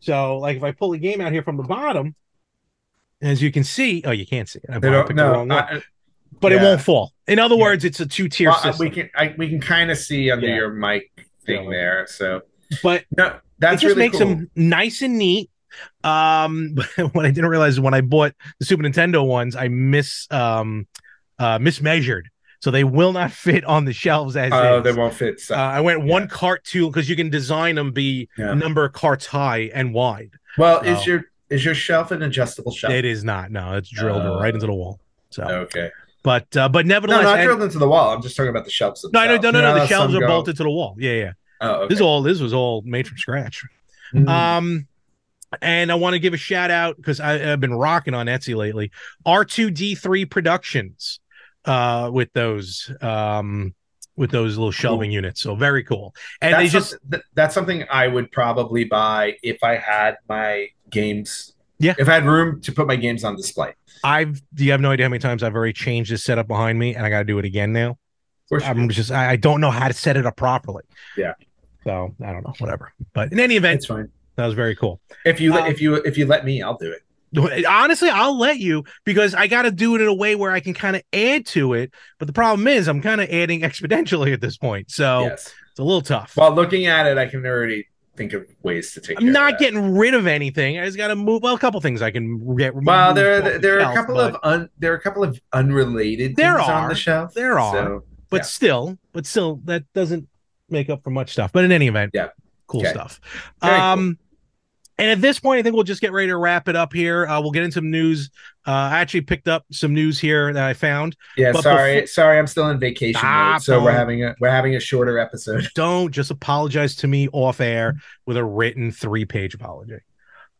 So, like, if I pull the game out here from the bottom. As you can see, oh, you can't see it. I
They
picked
don't
the
no.
wrong one
I-
but it
Yeah.
won't fall. In other
Yeah.
words, it's a two tier
well, I-
system.
we can I, we can kind of see under
Yeah.
your mic thing
Yeah, like-
there. So
but
No, that's
it just
really
makes
cool.
them nice and neat. Um, but what I didn't realize is when I bought the Super Nintendo ones, I mis um uh mismeasured, so they will not fit on the shelves as
Oh,
is.
they won't fit. So,
Uh, I went one
yeah.
cart two because you can design them be
yeah.
number of carts high and wide.
well,
oh.
is your is your shelf an adjustable shelf?
It is not. No, it's drilled
Uh,
right into the wall. So,
Okay.
but uh, but
No,
nevertheless,
not
and-
drilled into the wall. I'm just talking about the shelves.
no, I know- no,
themselves. Ah,
no, no, The
some
shelves are
go-
bolted to the wall. Yeah, yeah.
Oh, okay.
This all this was all made from scratch.
Mm.
Um, and I want to give a shout out because I've been rocking on Etsy lately. R2D3 Productions, uh, with those, um, with those little shelving units. So very cool. And
that's
they just,
something, th- that's something I would probably buy if I had my games.
Yeah.
If I had room to put my games on display. Of
I've, you have no idea how many times I've already changed this setup behind me, and I got to do it again now.
course. you
I'm
do.
just, I, I don't know how to set it up properly.
Yeah.
So I don't know, whatever. But in any event,
It's fine.
that was very cool.
If you let
Um,
if you if you let me, I'll do it.
Honestly, I'll let you because I got to do it in a way where I can kind of add to it. But the problem is, I'm kind of adding exponentially at this point, so
Yes.
it's a little tough.
While looking at it, I can already think of ways to take. care
I'm
of
not
that.
getting rid of anything. I just got to move. Well, a couple things I can get.
Well,
moved
there
off
are
the
there are a
shelf,
couple
but
of un, there are a couple of unrelated
There
things on
are.
the shelf.
There are.
So,
but
yeah.
still, but still, that doesn't make up for much stuff. But in any event,
Yeah.
cool
Okay.
stuff.
Very cool.
um, and at this point, I think we'll just get ready to wrap it up here. Uh, we'll get into some news. Uh, I actually picked up some news here that I found.
yeah,
but
sorry, sorry, I'm still in vacation
Ah,
mode, so we're
don't.
having a we're having a shorter episode.
don't just apologize to me off air with a written three page apology.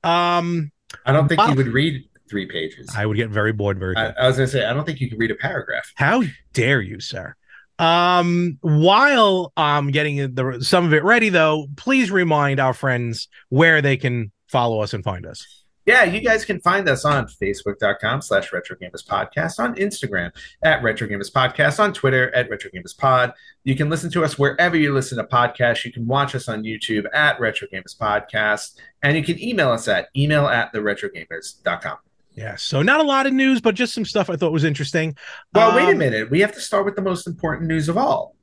Um,
I don't think
Wow.
you would read three pages. I,
I would get very bored very quick.
I was gonna say I don't think you could read a paragraph.
How dare you, sir? Um, while I'm getting the, some of it ready, though, please remind our friends where they can follow us and find us.
Yeah, you guys can find us on facebook.com slash retro gamers podcast, on Instagram at retro gamers podcast, on Twitter at retro gamers pod. You can listen to us wherever you listen to podcasts. You can watch us on YouTube at retro gamers podcast, and you can email us at email at the retrogamers.com.
Yeah, so not a lot of news, but just some stuff I thought was interesting.
Well, wait a
Um,
minute. We have to start with the most important news of all.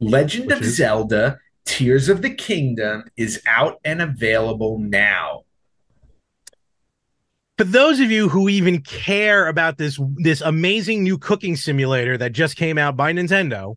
Legend of
Which is-
Zelda Tears of the Kingdom is out and available now.
For those of you who even care about this this amazing new cooking simulator that just came out by Nintendo,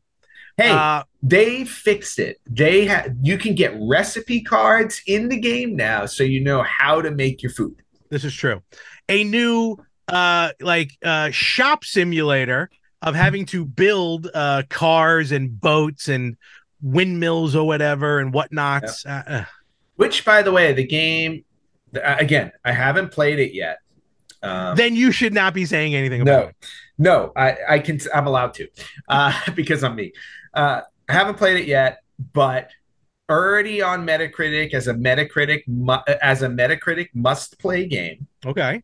Hey,
uh,
they fixed it. They ha- you can get recipe cards in the game now so you know how to make your food.
this is true. A new uh like uh shop simulator of having to build uh cars and boats and windmills or whatever and whatnots. Uh, uh,
Which by the way, the game th- again, I haven't played it yet. Um,
then you should not be saying anything about
no,
it.
no, I, I can. I'm allowed to, uh, because I'm me. Uh, I haven't played it yet, but already on Metacritic as a Metacritic mu- as a Metacritic must play game.
Okay.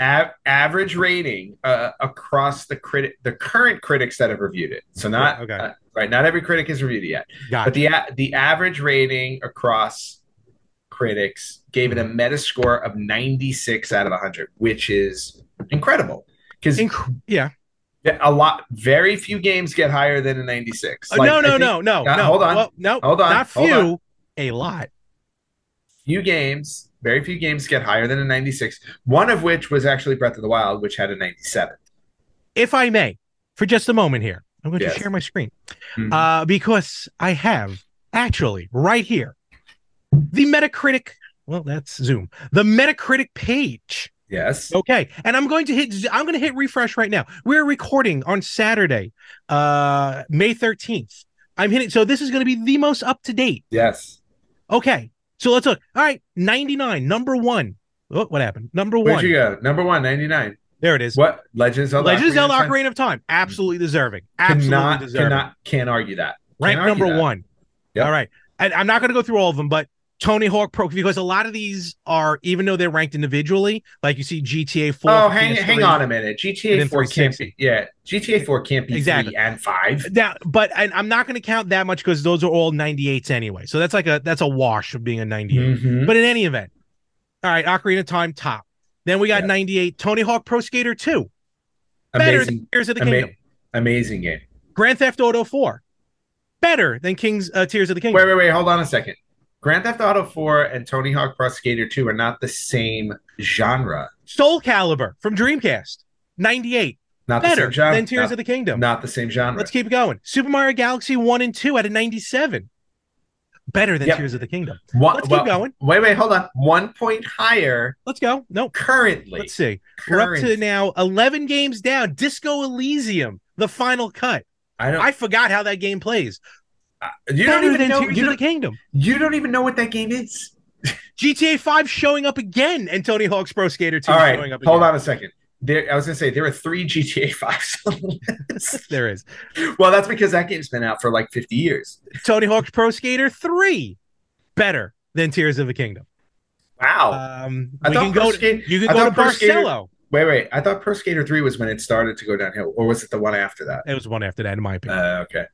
A- average rating uh, across the critic, the current critics that have reviewed it. So not
Okay.
uh, right. Not every critic has reviewed it yet,
Got
but
it.
the a- the average rating across critics gave it a Metascore of 96 out of 100, which is incredible. Because
Inc- yeah.
yeah, a lot. Very few games get higher than a 96.
Uh,
Like,
no,
I
no,
think
no, no,
Uh,
no.
hold on.
Well, no,
Hold on,
Not
hold
few,
on.
a lot.
Few games, very few games get higher than a 96. One of which was actually Breath of the Wild, which had a 97.
If I may, for just a moment here, I'm going
Yes.
to share my screen
Mhm.
uh, because I have actually right here the Metacritic. Well, that's Zoom. The Metacritic page.
yes.
Okay, and I'm going to hit. I'm going to hit refresh right now. We're recording on Saturday, uh, May 13th. I'm hitting. So this is going to be the most up to date.
Yes.
Okay, so let's look. All right, 99, number one. Oh, what happened? Number
Where'd
one.
you go? Number one, 99.
There it is.
What? Legends of Zelda.
Legend of Zelda
Ocarina of Time?
Ocarina of Time. Absolutely deserving. Absolutely
Cannot,
deserving.
cannot, can't argue that.
Rank
argue
number
that.
one.
Yep.
All right. And I'm not going to go through all of them, but Tony Hawk Pro, because a lot of these are, even though they're ranked individually, like you see GTA 4.
Oh,
for
hang,
PS3.
hang on a minute.
And
GTA
then
4 can't
360.
be, yeah, GTA 4 can't be
Exactly.
three and five.
Now, but and I'm not going to count that much because those are all 98s anyway. So that's like a that's a wash of being a 98.
Mhm.
But in any event, all right, Ocarina of Time top. Then we got
Yeah. 98
98 Tony Hawk Pro Skater 2. Better
Amazing,
than Tears of the
ama-
Kingdom.
amazing game.
Grand Theft Auto 4. Better than King's uh, Tears of the Kingdom.
Wait, wait, wait. Hold on a second. Grand Theft Auto 4 and Tony Hawk Pro Skater 2 are not the same genre.
Soul Calibur from Dreamcast, 98.
Not the
Better
same genre.
than Tears
not,
of the Kingdom.
not the same genre.
Let's keep going. Super Mario Galaxy 1 and 2 at a 97. Better than
Yep.
Tears of the Kingdom.
One-
let's keep
well,
going.
Wait, wait, hold on. One point higher
Let's go. Nope.
currently.
Let's see. We're up
Current-
to now 11 games down. Disco Elysium, the final cut.
I don't.
I forgot how that game plays.
you don't
Better
even
than
know.
Tears
You
of the
don't,
Kingdom.
you don't even know what that game is.
GTA 5 showing up again and Tony Hawk's Pro Skater 2
All right,
showing up
hold
again.
on a second. There, I was gonna say there are three GTA 5s on the list.
There is.
well, that's because that game's been out for like 50 years.
Tony Hawk's Pro Skater 3. Better than Tears of the Kingdom.
Wow.
Um,
Oh. I
we
thought
can
Pro
go to-
Skater-
You
I
can go to
thought Pro Skater-
Barcelo.
Wait, wait. I thought Pro Skater 3 was when it started to go downhill, or was it the one after that?
It was one after that, in my opinion.
Uh, okay.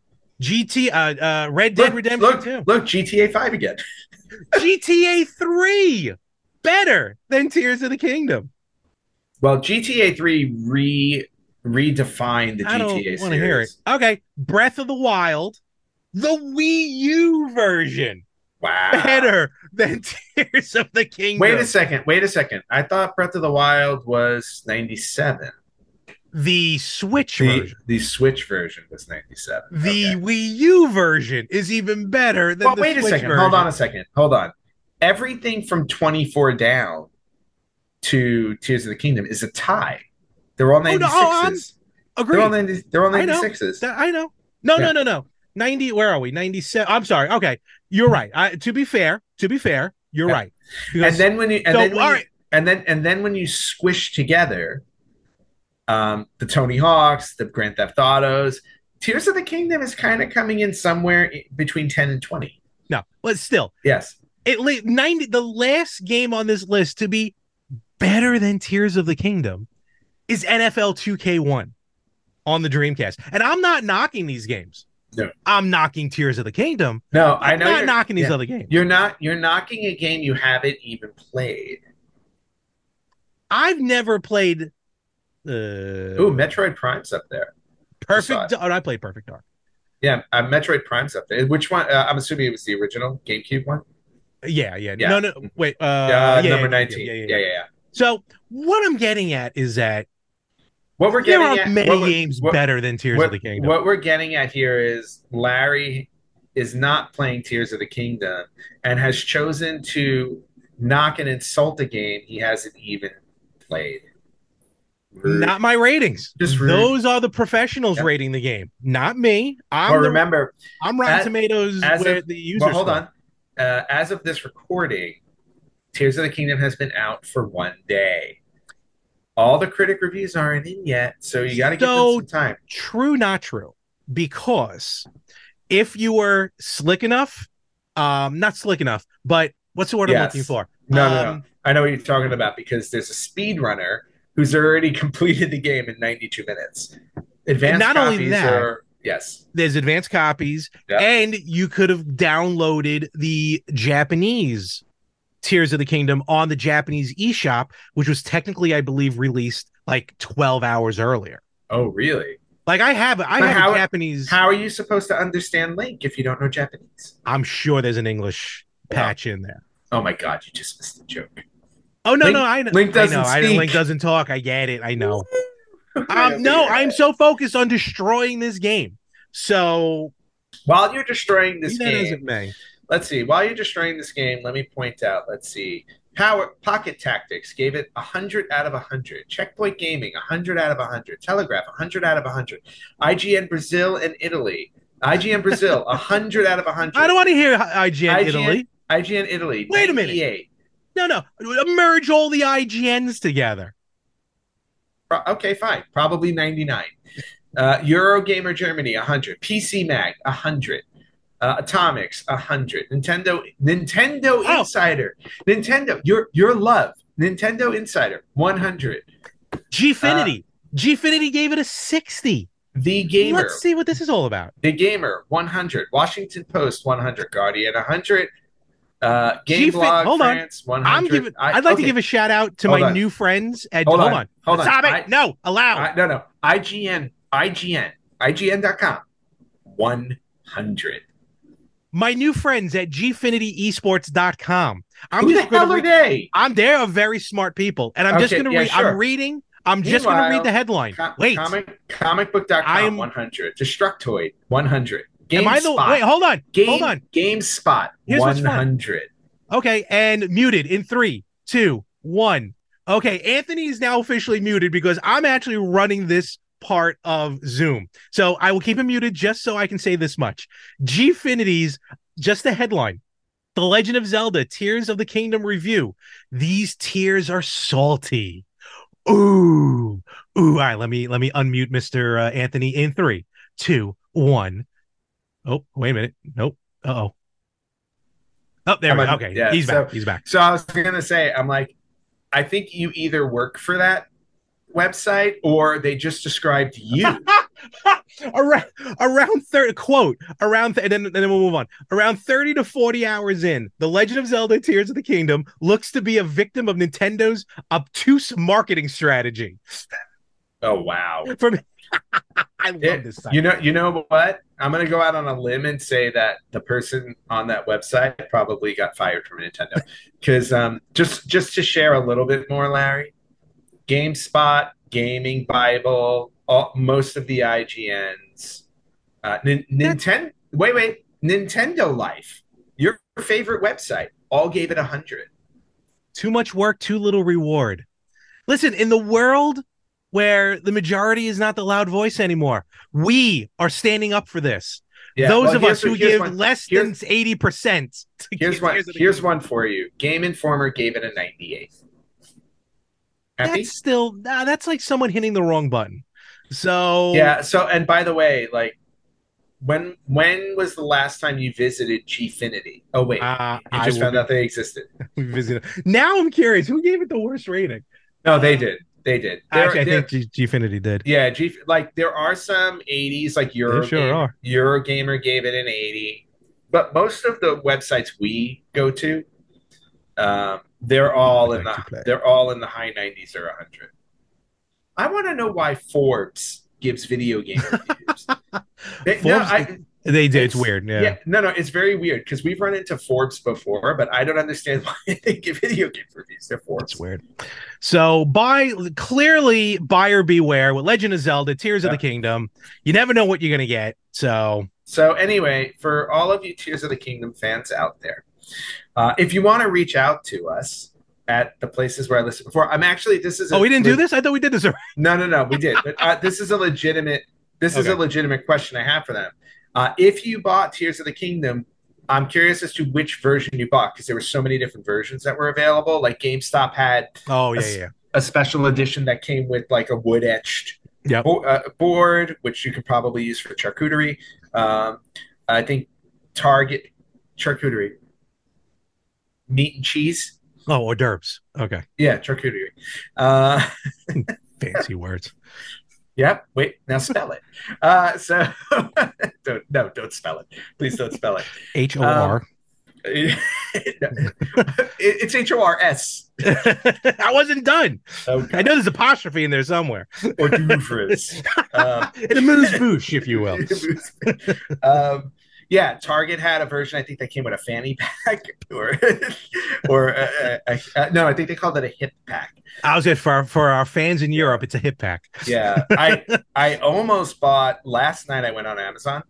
GT, uh, uh, Red Dead
Look,
Redemption
look, Look, GTA 5 again.
2, GTA 3, better than Tears of the Kingdom.
Well, GTA 3 re redefined the
I don't want
GTA series.
to hear it. Okay, Breath of the Wild, the Wii U version,
Wow.
better than Tears of the Kingdom.
Ah. Wait a second. Wait a second. I thought Breath of the Wild was 97.
the Switch
The,
version,
the Switch version was 97.
the
Okay.
Wii U version is even better than
Well,
the
wait a
Switch
second.
version.
Hold on a second. Hold on. Everything from 24 down to Tears of the Kingdom is a tie. They're all
no,
96s.
oh, I'm-
they're, all
Agreed.
90, they're all
I know.
96s.
That- I know. No,
Yeah.
no, no, no. 90, where are we? 97. I'm sorry. Okay. You're right. I, to be fair, to be fair, you're
Yeah.
right.
and
Because-
then when you and
so,
then when
all
you-
right.
and then and then when you squish together um the Tony Hawks, the Grand Theft Autos, Tears of the Kingdom is kind of coming in somewhere i- between 10 and 20.
no, but still,
Yes.
it le- 90, the last game on this list to be better than Tears of the Kingdom is NFL 2K1 on the Dreamcast. And I'm not knocking these games.
No.
I'm knocking Tears of the Kingdom.
No,
I'm
I know
not
you're,
knocking these
yeah.
other games.
you're not you're knocking a game you haven't even played.
I've never played uh,
Ooh, Metroid Prime's up there.
Perfect.
Decide.
Dark. Oh, I played Perfect Dark.
Yeah, uh, Metroid Prime's up there. Which one? Uh, I'm assuming it was the original GameCube one.
Yeah, yeah,
Yeah.
No, no, wait. Uh,
Uh,
yeah,
number
yeah, yeah,
nineteen.
yeah, yeah, yeah.
yeah, yeah.
So what I'm getting at is that
What we're
there
getting
are
at,
many
what we're-
games
what-
better than Tears of
what,
the Kingdom.
what we're getting at here is Larry is not playing Tears of the Kingdom and has chosen to knock and insult a game he hasn't even played. Rude.
Not my ratings.
Just rude.
Those are the professionals
Yep.
rating the game, not me. I'm
Well,
the-
remember,
I'm Rotten
as-
Tomatoes
as
where
of-
the users.
well, hold
score.
on. Uh, as of this recording, Tears of the Kingdom has been out for one day. All the critic reviews aren't in yet, so you got to give
So-
them some time.
True, not true. Because if you were slick enough, um, not slick enough, but what's the word I'm
Yes.
looking for?
No, no, no.
Um,
I know what you're talking about because there's a speedrunner who's already completed the game in 92 minutes. Advanced
not only
copies
that-
are yes,
There's advanced copies,
Yeah.
and you could have downloaded the Japanese Tears of the Kingdom on the Japanese eShop, which was technically, I believe, released like 12 hours earlier.
Oh, really?
Like I have, I
But
have
how-
a Japanese.
How are you supposed to understand Link if you don't know Japanese?
I'm sure there's an English
Yeah.
patch in there.
Oh my God, you just missed the joke.
Oh no,
Link-
no, I know.
Link doesn't
I know. I,
speak.
Link doesn't talk. I get it. I know.
Yeah,
Um, no,
yeah.
I'm so focused on destroying this game. So
While you're destroying this
be that as
game,
it may.
let's see. While you're destroying this game, let me point out. Let's see. Power Pocket Tactics gave it 100 out of 100. Checkpoint Gaming 100 out of 100. Telegraph 100 out of 100. IGN Brazil and Italy. IGN Brazil 100 out of 100.
I don't want to hear I- IGN,
IGN
Italy.
IGN Italy.
Wait a minute.
98.
No, no, merge all the IGNs together.
Pro- okay, fine. Probably 99. Uh, Eurogamer Germany 100. PC Mag 100. Uh, Atomics 100. Nintendo Nintendo
Oh.
Insider. Nintendo your your love. Nintendo Insider 100.
Gfinity, Gfinity gave it a sixty.
The Uh, Gamer.
Let's see what this is all about.
The Gamer 100. Washington Post 100. Guardian 100. Uh, Game
Gfin-
Blog
hold on.
France 100.
I'm giving. I'd like to give a shout out to
Hold
my
on.
new friends at.
Hold
Hold,
on.
on.
Hold on.
Stop it.
I-
no, allow.
I, no, no. IGN, IGN, IGN.com, 100.
my new friends at gfinityesports.com. I'm
Who the
just going
hell
to
are
read.
they?
I'm there are very smart people, and I'm just
Okay,
going to
yeah,
read.
sure.
I'm reading. I'm just going to
Meanwhile,
read the headline.
Com-
wait,
Comic, comicbook.com,
I am-
100. Destructoid, 100. GameSpot.
am I the? Wait, hold on,
Game,
hold on.
GameSpot,
Here's what's fun.
100.
Okay, and muted in three, two, one. Okay, Anthony is now officially muted because I'm actually running this part of Zoom. So I will keep him muted just so I can say this much. Gfinity's just the headline. The Legend of Zelda Tears of the Kingdom review. These tears are salty. Ooh. Ooh, all right, let me let me unmute Mr. Uh, Anthony in 3, 2, 1. Oh, wait a minute. Nope. Uh-oh. Oh, there we
I'm
go.
un-
Okay.
yeah,
he's
so-
back. He's back.
So I was going to say, I'm like, I think you either work for that website or they just described you.
around around 30 quote around th- and, then, and then we'll move on around 30 to 40 hours in the legend of zelda tears of the kingdom looks to be a victim of nintendo's obtuse marketing strategy
oh, wow.
from i love
It-
this site.
You know, you know what? I'm gonna go out on a limb and say that the person on that website probably got fired from Nintendo. Because um, just just to share a little bit more, Larry, GameSpot, Gaming Bible, all, most of the IGNs, uh, Nin- Nintendo. Wait, wait, Nintendo Life, your favorite website, all gave it a hundred.
too much work too little reward listen in the world where the majority is not the loud voice anymore we are standing up for this those of us who give less than 80% to
Here's one.
Tears of the
Here's
Kingdom.
one for you. Game Informer gave it a 98. Happy?
that's still nah, that's like someone hitting the wrong button. So
Yeah. So, and by the way, like, when when was the last time you visited Gfinity? Oh wait,
uh,
you
I
just
will
found out they existed.
be visiting- Now I'm curious who gave it the worst rating.
No, they did. They did. There-
Actually, I
there-
think G- Gfinity did.
yeah, G like there are some 80s like Euro
sure are.
Eurogamer gave it an 80, but most of the websites we go to, um, they're all in
Like to play.
the they're all in the high 90s or 100. I want to know why Forbes gives video game reviews. They- no,
Forbes-
I,
They did. It's, weird. Yeah.
no, no, it's very weird because we've run into Forbes before, but I don't understand why they give video game reviews. They're Forbes.
It's weird. So buy clearly buyer beware with Legend of Zelda: Tears of
Yeah.
the Kingdom. You never know what you're gonna get. So
So, anyway, for all of you Tears of the Kingdom fans out there, uh, if you want to reach out to us at the places where I listed before, I'm actually, this is. a
oh, we didn't do
le-
this. I thought we did this. Already.
No, no, no, we did. But uh, this is a legitimate. This is
Okay.
a legitimate question I have for them. Uh, if you bought Tears of the Kingdom, I'm curious as to which version you bought because there were so many different versions that were available. Like GameStop had
Oh yeah,
Yes.
yeah.
a special edition that came with like a wood etched
Yep.
bo- uh, board, which you could probably use for charcuterie. Um, I think Target charcuterie, meat and cheese.
Oh, hors d'oeuvres. Okay,
Yeah, charcuterie. Uh,
fancy words.
Yep. Wait. Now spell it. Uh, so don't no, don't spell it. Please don't spell it.
H O R.
it it's H O R S
I wasn't done.
or
I know there's apostrophe in there somewhere.
Duvres. Um,
In a moose boosh, if you will.
um, yeah, Target had a version I think that came with a fanny pack or or a, a, a, no, I think they called it a hip pack.
I was at for our, for our fans in Europe. It's a hip pack.
Yeah, I I almost bought last night. I went on Amazon.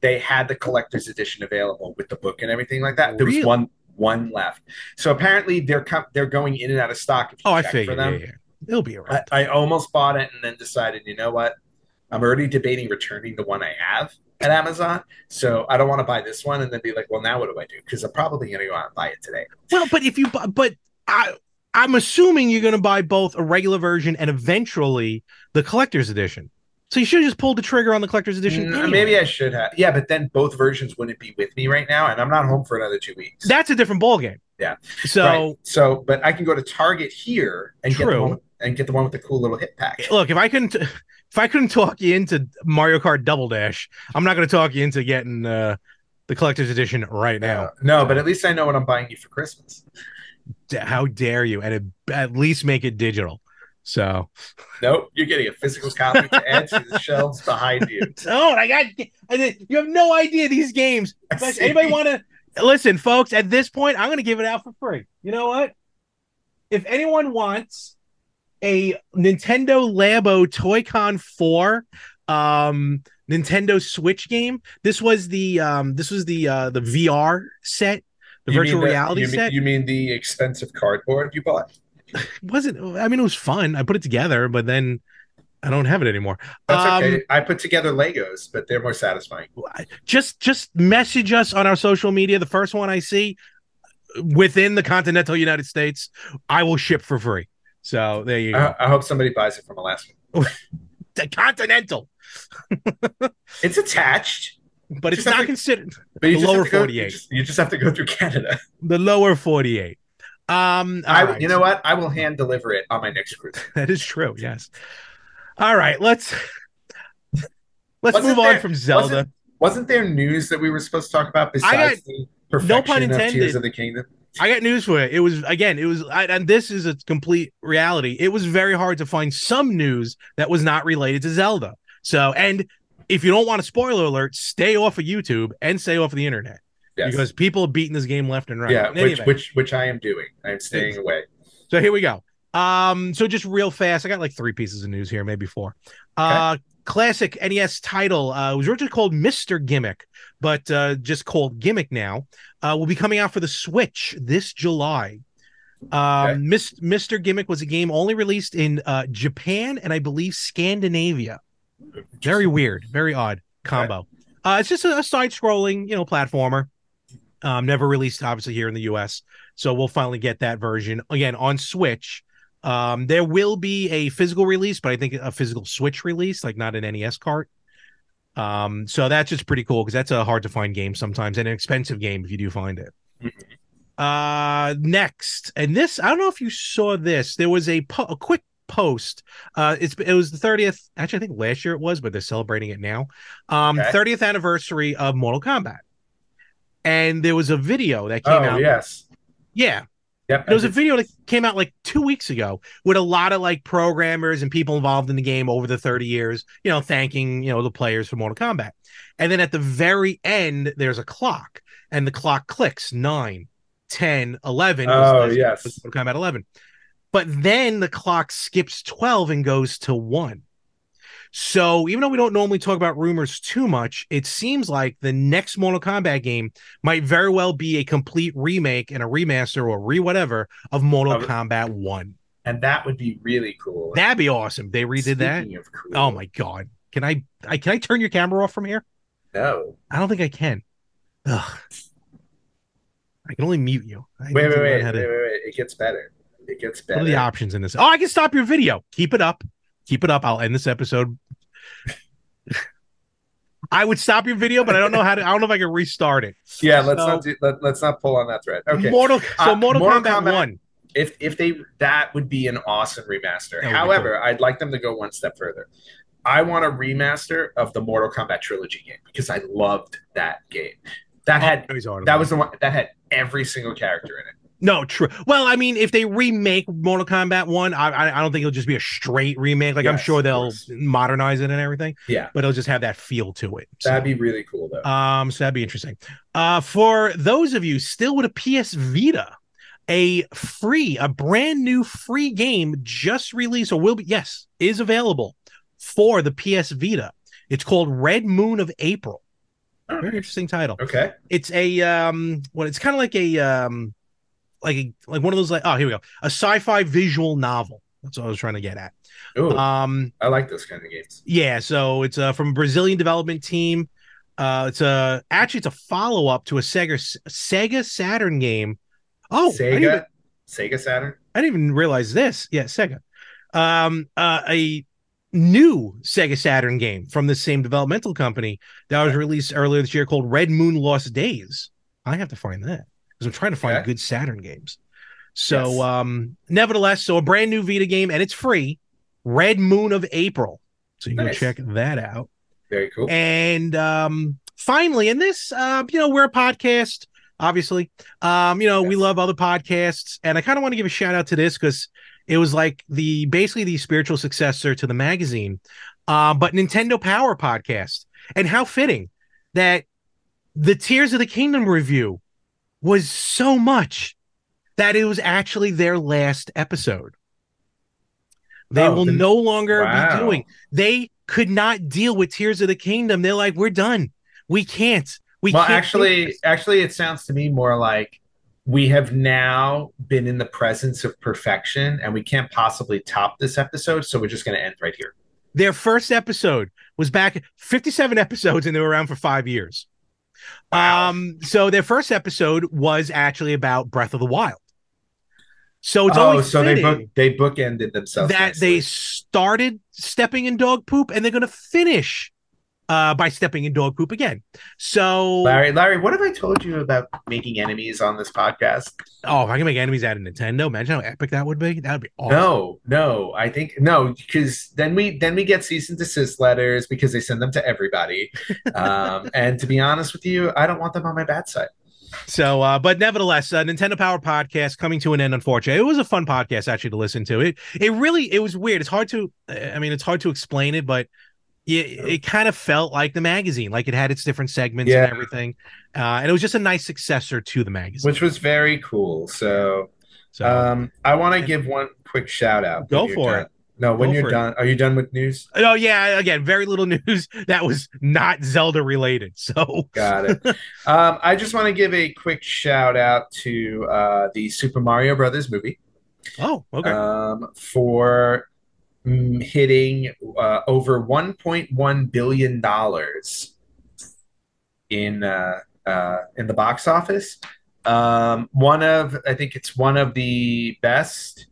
They had the collector's edition available with the book and everything like that. There
Really?
was one one left. So apparently they're com- they're going in and out of stock. If you
Oh, I
check Uh,
figured. Yeah, yeah. It'll be around.
I, I almost bought it and then decided, you know what? I'm already debating returning the one I have at Amazon, so I don't want to buy this one and then be like, well, now what do I do? Because I'm probably going to go out and buy it today.
Well, but if you bu- but I I'm assuming you're going to buy both a regular version and eventually the collector's edition. So you should have just pulled the trigger on the collector's edition.
Mm,
anyway.
Maybe I should have. Yeah, but then both versions wouldn't be with me right now, and I'm not home for another two weeks.
that's a different ballgame.
Yeah.
So
Right. so, but I can go to Target here and get the
True.
one with, and get the one with the cool little hip pack.
look, if I couldn't if I couldn't talk you into Mario Kart Double Dash, I'm not going to talk you into getting uh, the collector's edition right now.
Uh, no, but at least I know what I'm buying you for Christmas.
D- How dare you? And it, at least make it digital. So
Nope, you're getting a physical copy to add to the shelves behind you.
oh, I got I did- you have no idea these games
I
Does
see.
anybody want to listen, folks? At this point, I'm going to give it out for free. You know what? If anyone wants a Nintendo Labo Toy-Con 4 um Nintendo Switch game, this was the um this was the uh the VR set, the
You mean
virtual reality
you mean-
set.
you mean the expensive cardboard you bought?
It wasn't I mean it was fun. I put it together, but then I don't have it anymore.
That's
Um,
okay. I put together Legos, but they're more satisfying.
just just message us on our social media the first one i see within the continental united states i will ship for free so there you go
I, I hope somebody buys it from Alaska.
the continental
It's attached,
but it's
Just have
not
to-
considered
but you
The
just have
lower
to go-
48.
You just, you just have to go through Canada.
the lower 48 um all
I,
right.
You know what? I will hand deliver it on my next cruise.
that is true yes all right let's let's
Wasn't
move on
there-
from zelda
Wasn't there news that we were supposed to talk about besides the
no pun
perfection of Tears
intended.
of the Kingdom?
i got news for you it was again it was I, and this is a complete reality it was very hard to find some news that was not related to zelda so and if you don't want a spoiler alert stay off of youtube and stay off of the internet
Yes.
because people are beating this game left and right.
yeah,
In any
which,
event,
which which I am doing. I'm staying away.
so here we go. Um, so just real fast, I got like three pieces of news here, maybe four. Uh, classic NES title. Uh, it was originally called Mister Gimmick, but uh, just called Gimmick now. Uh, will be coming out for the Switch this July. Um,
Okay.
Mis- Mr. Gimmick was a game only released in uh, Japan and I believe Scandinavia. Very weird, very odd combo. Uh, it's just a, a side-scrolling, you know, platformer. Um, never released, obviously, here in the U.S. So we'll finally get that version again on Switch. Um, there will be a physical release, but I think a physical Switch release, like not an NES cart. Um, so that's just pretty cool because that's a hard to find game sometimes and an expensive game if you do find it.
Mhm.
Uh, next, and this I don't know if you saw this. There was a po- a quick post. Uh, it's it was the thirtieth. Actually, I think last year it was, but they're celebrating it now. Um,
Okay.
thirtieth anniversary of Mortal Kombat, and there was a video that came
Oh
out.
yes,
Yeah.
Yep.
There was a video that came out like two weeks ago with a lot of like programmers and people involved in the game over the 30 years, you know, thanking, you know, the players for Mortal Kombat. And then at the very end, there's a clock and the clock clicks nine, 10, 11.
Oh,
was-
yes.
was Mortal Kombat 11. But then the clock skips 12 and goes to one. So even though we don't normally talk about rumors too much, it seems like the next Mortal Kombat game might very well be a complete remake and a remaster or re whatever of Mortal
Of-
Kombat One.
and that would be really cool.
That'd be awesome. They redid that.
Speaking of cool,
Oh my god! Can I, I can I turn your camera off from here?
no!
I don't think I can. Ugh. I can only mute you. I
Wait,
need
wait,
to
wait,
learn
wait,
how
wait,
to-
wait! It gets better. It gets
What are the
better.
options in this? Oh, I can stop your video. Keep it up. Keep it up. I'll end this episode. I would stop your video, but I don't know how to. I don't know if I can restart it.
yeah, let's
So-
not do, let, let's not pull on that thread. Okay,
Mortal. So
Uh,
Mortal,
Mortal
Kombat,
Kombat-
One.
if if they that would be an awesome remaster.
That would be
However, I'd like them to go one step further. I want a remaster of the Mortal Kombat trilogy game because I loved that game. That
Oh,
had that was the one that had every single character in it.
no true. Well, I mean, if they remake Mortal Kombat One, I I, I don't think it'll just be a straight remake. Like I'm
Yes,
sure
of
they'll
course.
modernize it and everything,
Yeah,
but it'll just have that feel to it. So-
that'd be really cool though.
Um, so that'd be interesting. Uh, for those of you still with a PS Vita, a free, a brand new free game just released or will be, yes, is available for the PS Vita. It's called Red Moon of April. Very interesting title.
okay,
It's a um, well, it's kind of like a um, like a, like one of those like oh here we go, a sci-fi visual novel. That's what I was trying to get at.
ooh,
Um,
I like those kind of games.
yeah, so it's uh, from a Brazilian development team. Uh, it's a actually it's a follow up to a Sega Sega Saturn game. Oh, I didn't, even,
Sega, Sega Saturn.
I didn't even realize this. Yeah, Sega. Um, uh, a new Sega Saturn game from the same developmental company that was released earlier this year called Red Moon Lost Days. I have to find that because I'm trying to find
Okay.
good Saturn games. So,
Yes.
um, nevertheless, so a brand new Vita game and it's free. Red Moon of April. So you can go
Nice.
check that out.
Very cool.
And um, finally, in this, uh, you know, we're a podcast, obviously. Um, you know, we
Yes.
love other podcasts, and I kind of want to give a shout out to this because it was like the basically the spiritual successor to the magazine, uh, but Nintendo Power podcast. And how fitting that the Tears of the Kingdom review was so much that it was actually their last episode. They
Oh,
will
the-
no longer
Wow.
be doing they could not deal with Tears of the Kingdom. They're like, we're done. We can't. We
well,
can't do
actually,
this."
actually, it sounds to me more like we have now been in the presence of perfection, and we can't possibly top this episode, so we're just going to end right here.
their first episode was back 57 episodes, and they were around for five years.
Wow.
Um, so their first episode was actually about Breath of the Wild. So it's
oh,
only
so they book,
fitting
they bookended themselves
that they
nicely.
started stepping in dog poop, and they're going to finish uh, by stepping in dog poop again. So,
Larry, Larry, what have I told you about making enemies on this podcast?
oh, if I can make enemies out of Nintendo, imagine how epic that would be. That would be awesome.
No, no, I think no, because then we then we get cease and desist letters because they send them to everybody. um, and to be honest with you, I don't want them on my bad side.
So, uh, but nevertheless, uh, Nintendo Power podcast coming to an end. Unfortunately, it was a fun podcast actually to listen to. It it really it was weird. It's hard to uh, I mean it's hard to explain it, but it, it kind of felt like the magazine, like it had its different segments
Yeah.
and everything, uh, and it was just a nice successor to the magazine.
Which was very cool. So
So
Um, I want to give one quick shout out.
Go
when you're
for
done. No, when
Go for
you're
it.
done, are you done with news?
oh yeah, again, very little news that was not Zelda related. So
Got it. um, I just want to give a quick shout out to uh, the Super Mario Brothers movie
oh okay,
um, for mm, hitting uh, over 1.1 billion dollars in uh, uh, in the box office. Um, one of I think it's one of the best,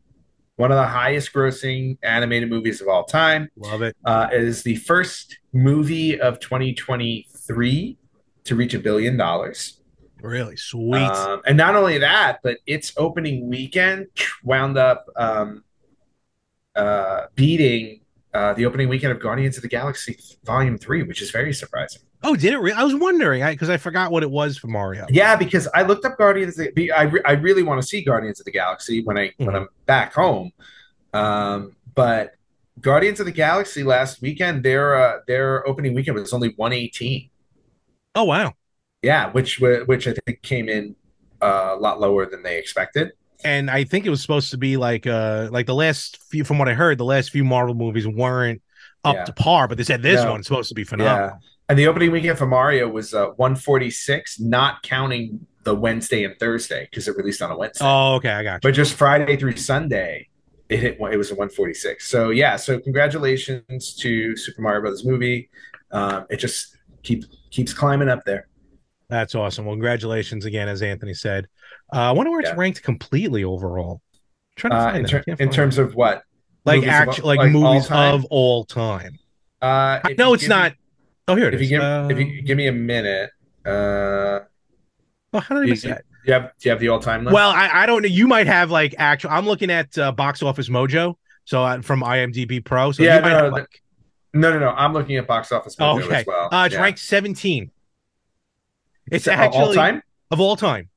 one of the highest grossing animated movies of all time.
love it.
uh, is the first movie of 2023 to reach a billion dollars.
Really sweet.
Um, and not only that, but its opening weekend wound up um, uh, beating uh, the opening weekend of Guardians of the Galaxy Volume 3, which is very surprising.
Oh, did it? Re- I was wondering because I, forgot what it was for Mario.
Yeah, because I looked up Guardians. Of the, I re- I really want to see Guardians of the Galaxy when I when
Mhm.
I'm back home. Um, but Guardians of the Galaxy last weekend, their uh, their opening weekend was only 118.
Oh wow!
Yeah, which wa- which I think came in uh, a lot lower than they expected.
And I think it was supposed to be like uh like the last few from what I heard, the last few Marvel movies weren't up
Yeah.
to par, but they said this
No.
one's supposed to be phenomenal.
And the opening weekend for Mario was uh, 146, not counting the Wednesday and Thursday because it released on a Wednesday.
Oh, okay, I got you.
but just Friday through Sunday, it hit. It was a 146. So yeah. So congratulations to Super Mario Brothers movie. Um, it just keeps keeps climbing up there.
That's awesome. Well, congratulations again, as Anthony said. Uh, I wonder where it's
Yeah.
ranked completely overall. I'm trying to
Uh,
find
in,
it. I
ter-
can't
in
find it.
terms of what?
like
movies of
act
all-
like,
like, all
movies
time?
of all time.
Uh, if
No,
you
it's
give me-
not. Oh, here it is.
if you give if
Um,
you give me a minute, uh,
oh, how did I
you,
miss that?
you have do you have the all time list?
Well, I, I don't know. You might have like actual. I'm looking at uh, Box Office Mojo, so uh, from IMDb Pro. So
Yeah,
you might
no,
have,
the-
like,
no, no, no. I'm looking at box office
Oh,
Mojo
okay.
as well.
uh, it's
Yeah.
ranked 17. It's
Oh,
actually
all time.
of all time,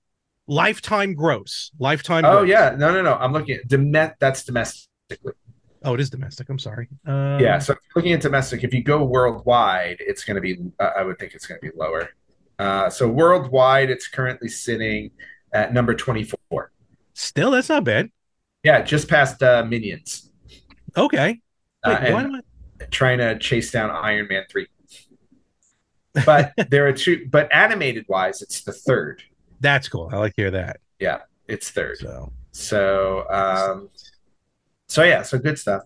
lifetime gross, lifetime.
Oh
gross.
yeah, no, no, no. I'm looking at domet. That's domestically.
Oh, it is domestic. I'm sorry. Um,
Yeah, so if you're looking at domestic, if you go worldwide, it's going to be, uh, I would think it's going to be lower. Uh, so worldwide, it's currently sitting at number 24.
Still, that's not bad.
Yeah, just past uh, Minions,
Okay.
uh,
Wait, why
and
do I-
trying to chase down Iron Man 3. But there are two, but animated wise, it's the third.
That's cool. I like to hear that.
It's third.
So,
So, um, so yeah, so good stuff.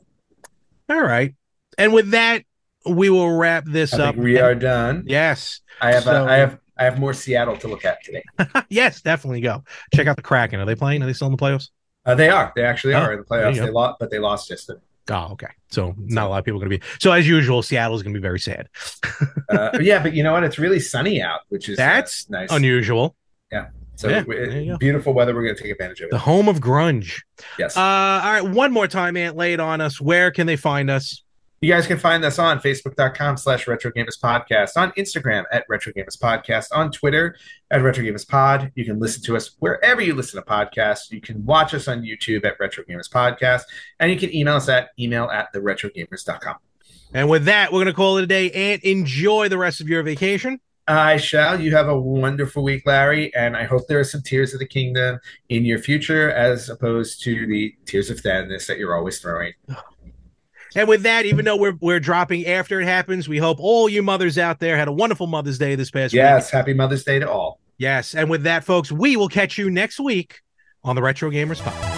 all right. And with that, we will wrap this
I
up.
think we are done.
Yes.
I have,
so-
a, I have, I have more Seattle to look at today.
yes, definitely go. Check out the Kraken. Are they playing? Are they still in the playoffs?
Uh, they are. They actually
Oh,
are in the
there
playoffs.
you go.
They lost, but they lost yesterday.
Oh, okay. So not a lot of people are gonna be so as usual, Seattle's gonna be very sad.
uh, yeah, but you know what? It's really sunny out, which is uh,
That's
nice.
Unusual.
so
yeah,
we-
there you go.
beautiful weather. We're going to take advantage of
The
it.
home of grunge.
Yes,
Uh all right, one more time, Ant, lay it on us. Where can they find us?
you guys can find us on Facebook.com slash Retro Gamers Podcast, on Instagram at Retro Gamers Podcast, on Twitter at Retro Gamers Pod. You can listen to us wherever you listen to podcasts. You can watch us on YouTube at Retro Gamers Podcast, and you can email us at email at the retrogamers.com.
And with that, we're gonna call it a day. Ant, enjoy the rest of your vacation.
I shall. You have a wonderful week, Larry, and I hope there are some tears of the kingdom in your future as opposed to the tears of sadness that you're always throwing.
And with that, even though we're we're dropping after it happens, we hope all you mothers out there had a wonderful Mother's Day this past week.
Yes, happy Mother's Day to all.
Yes. And with that, folks, we will catch you next week on the Retro Gamers Podcast.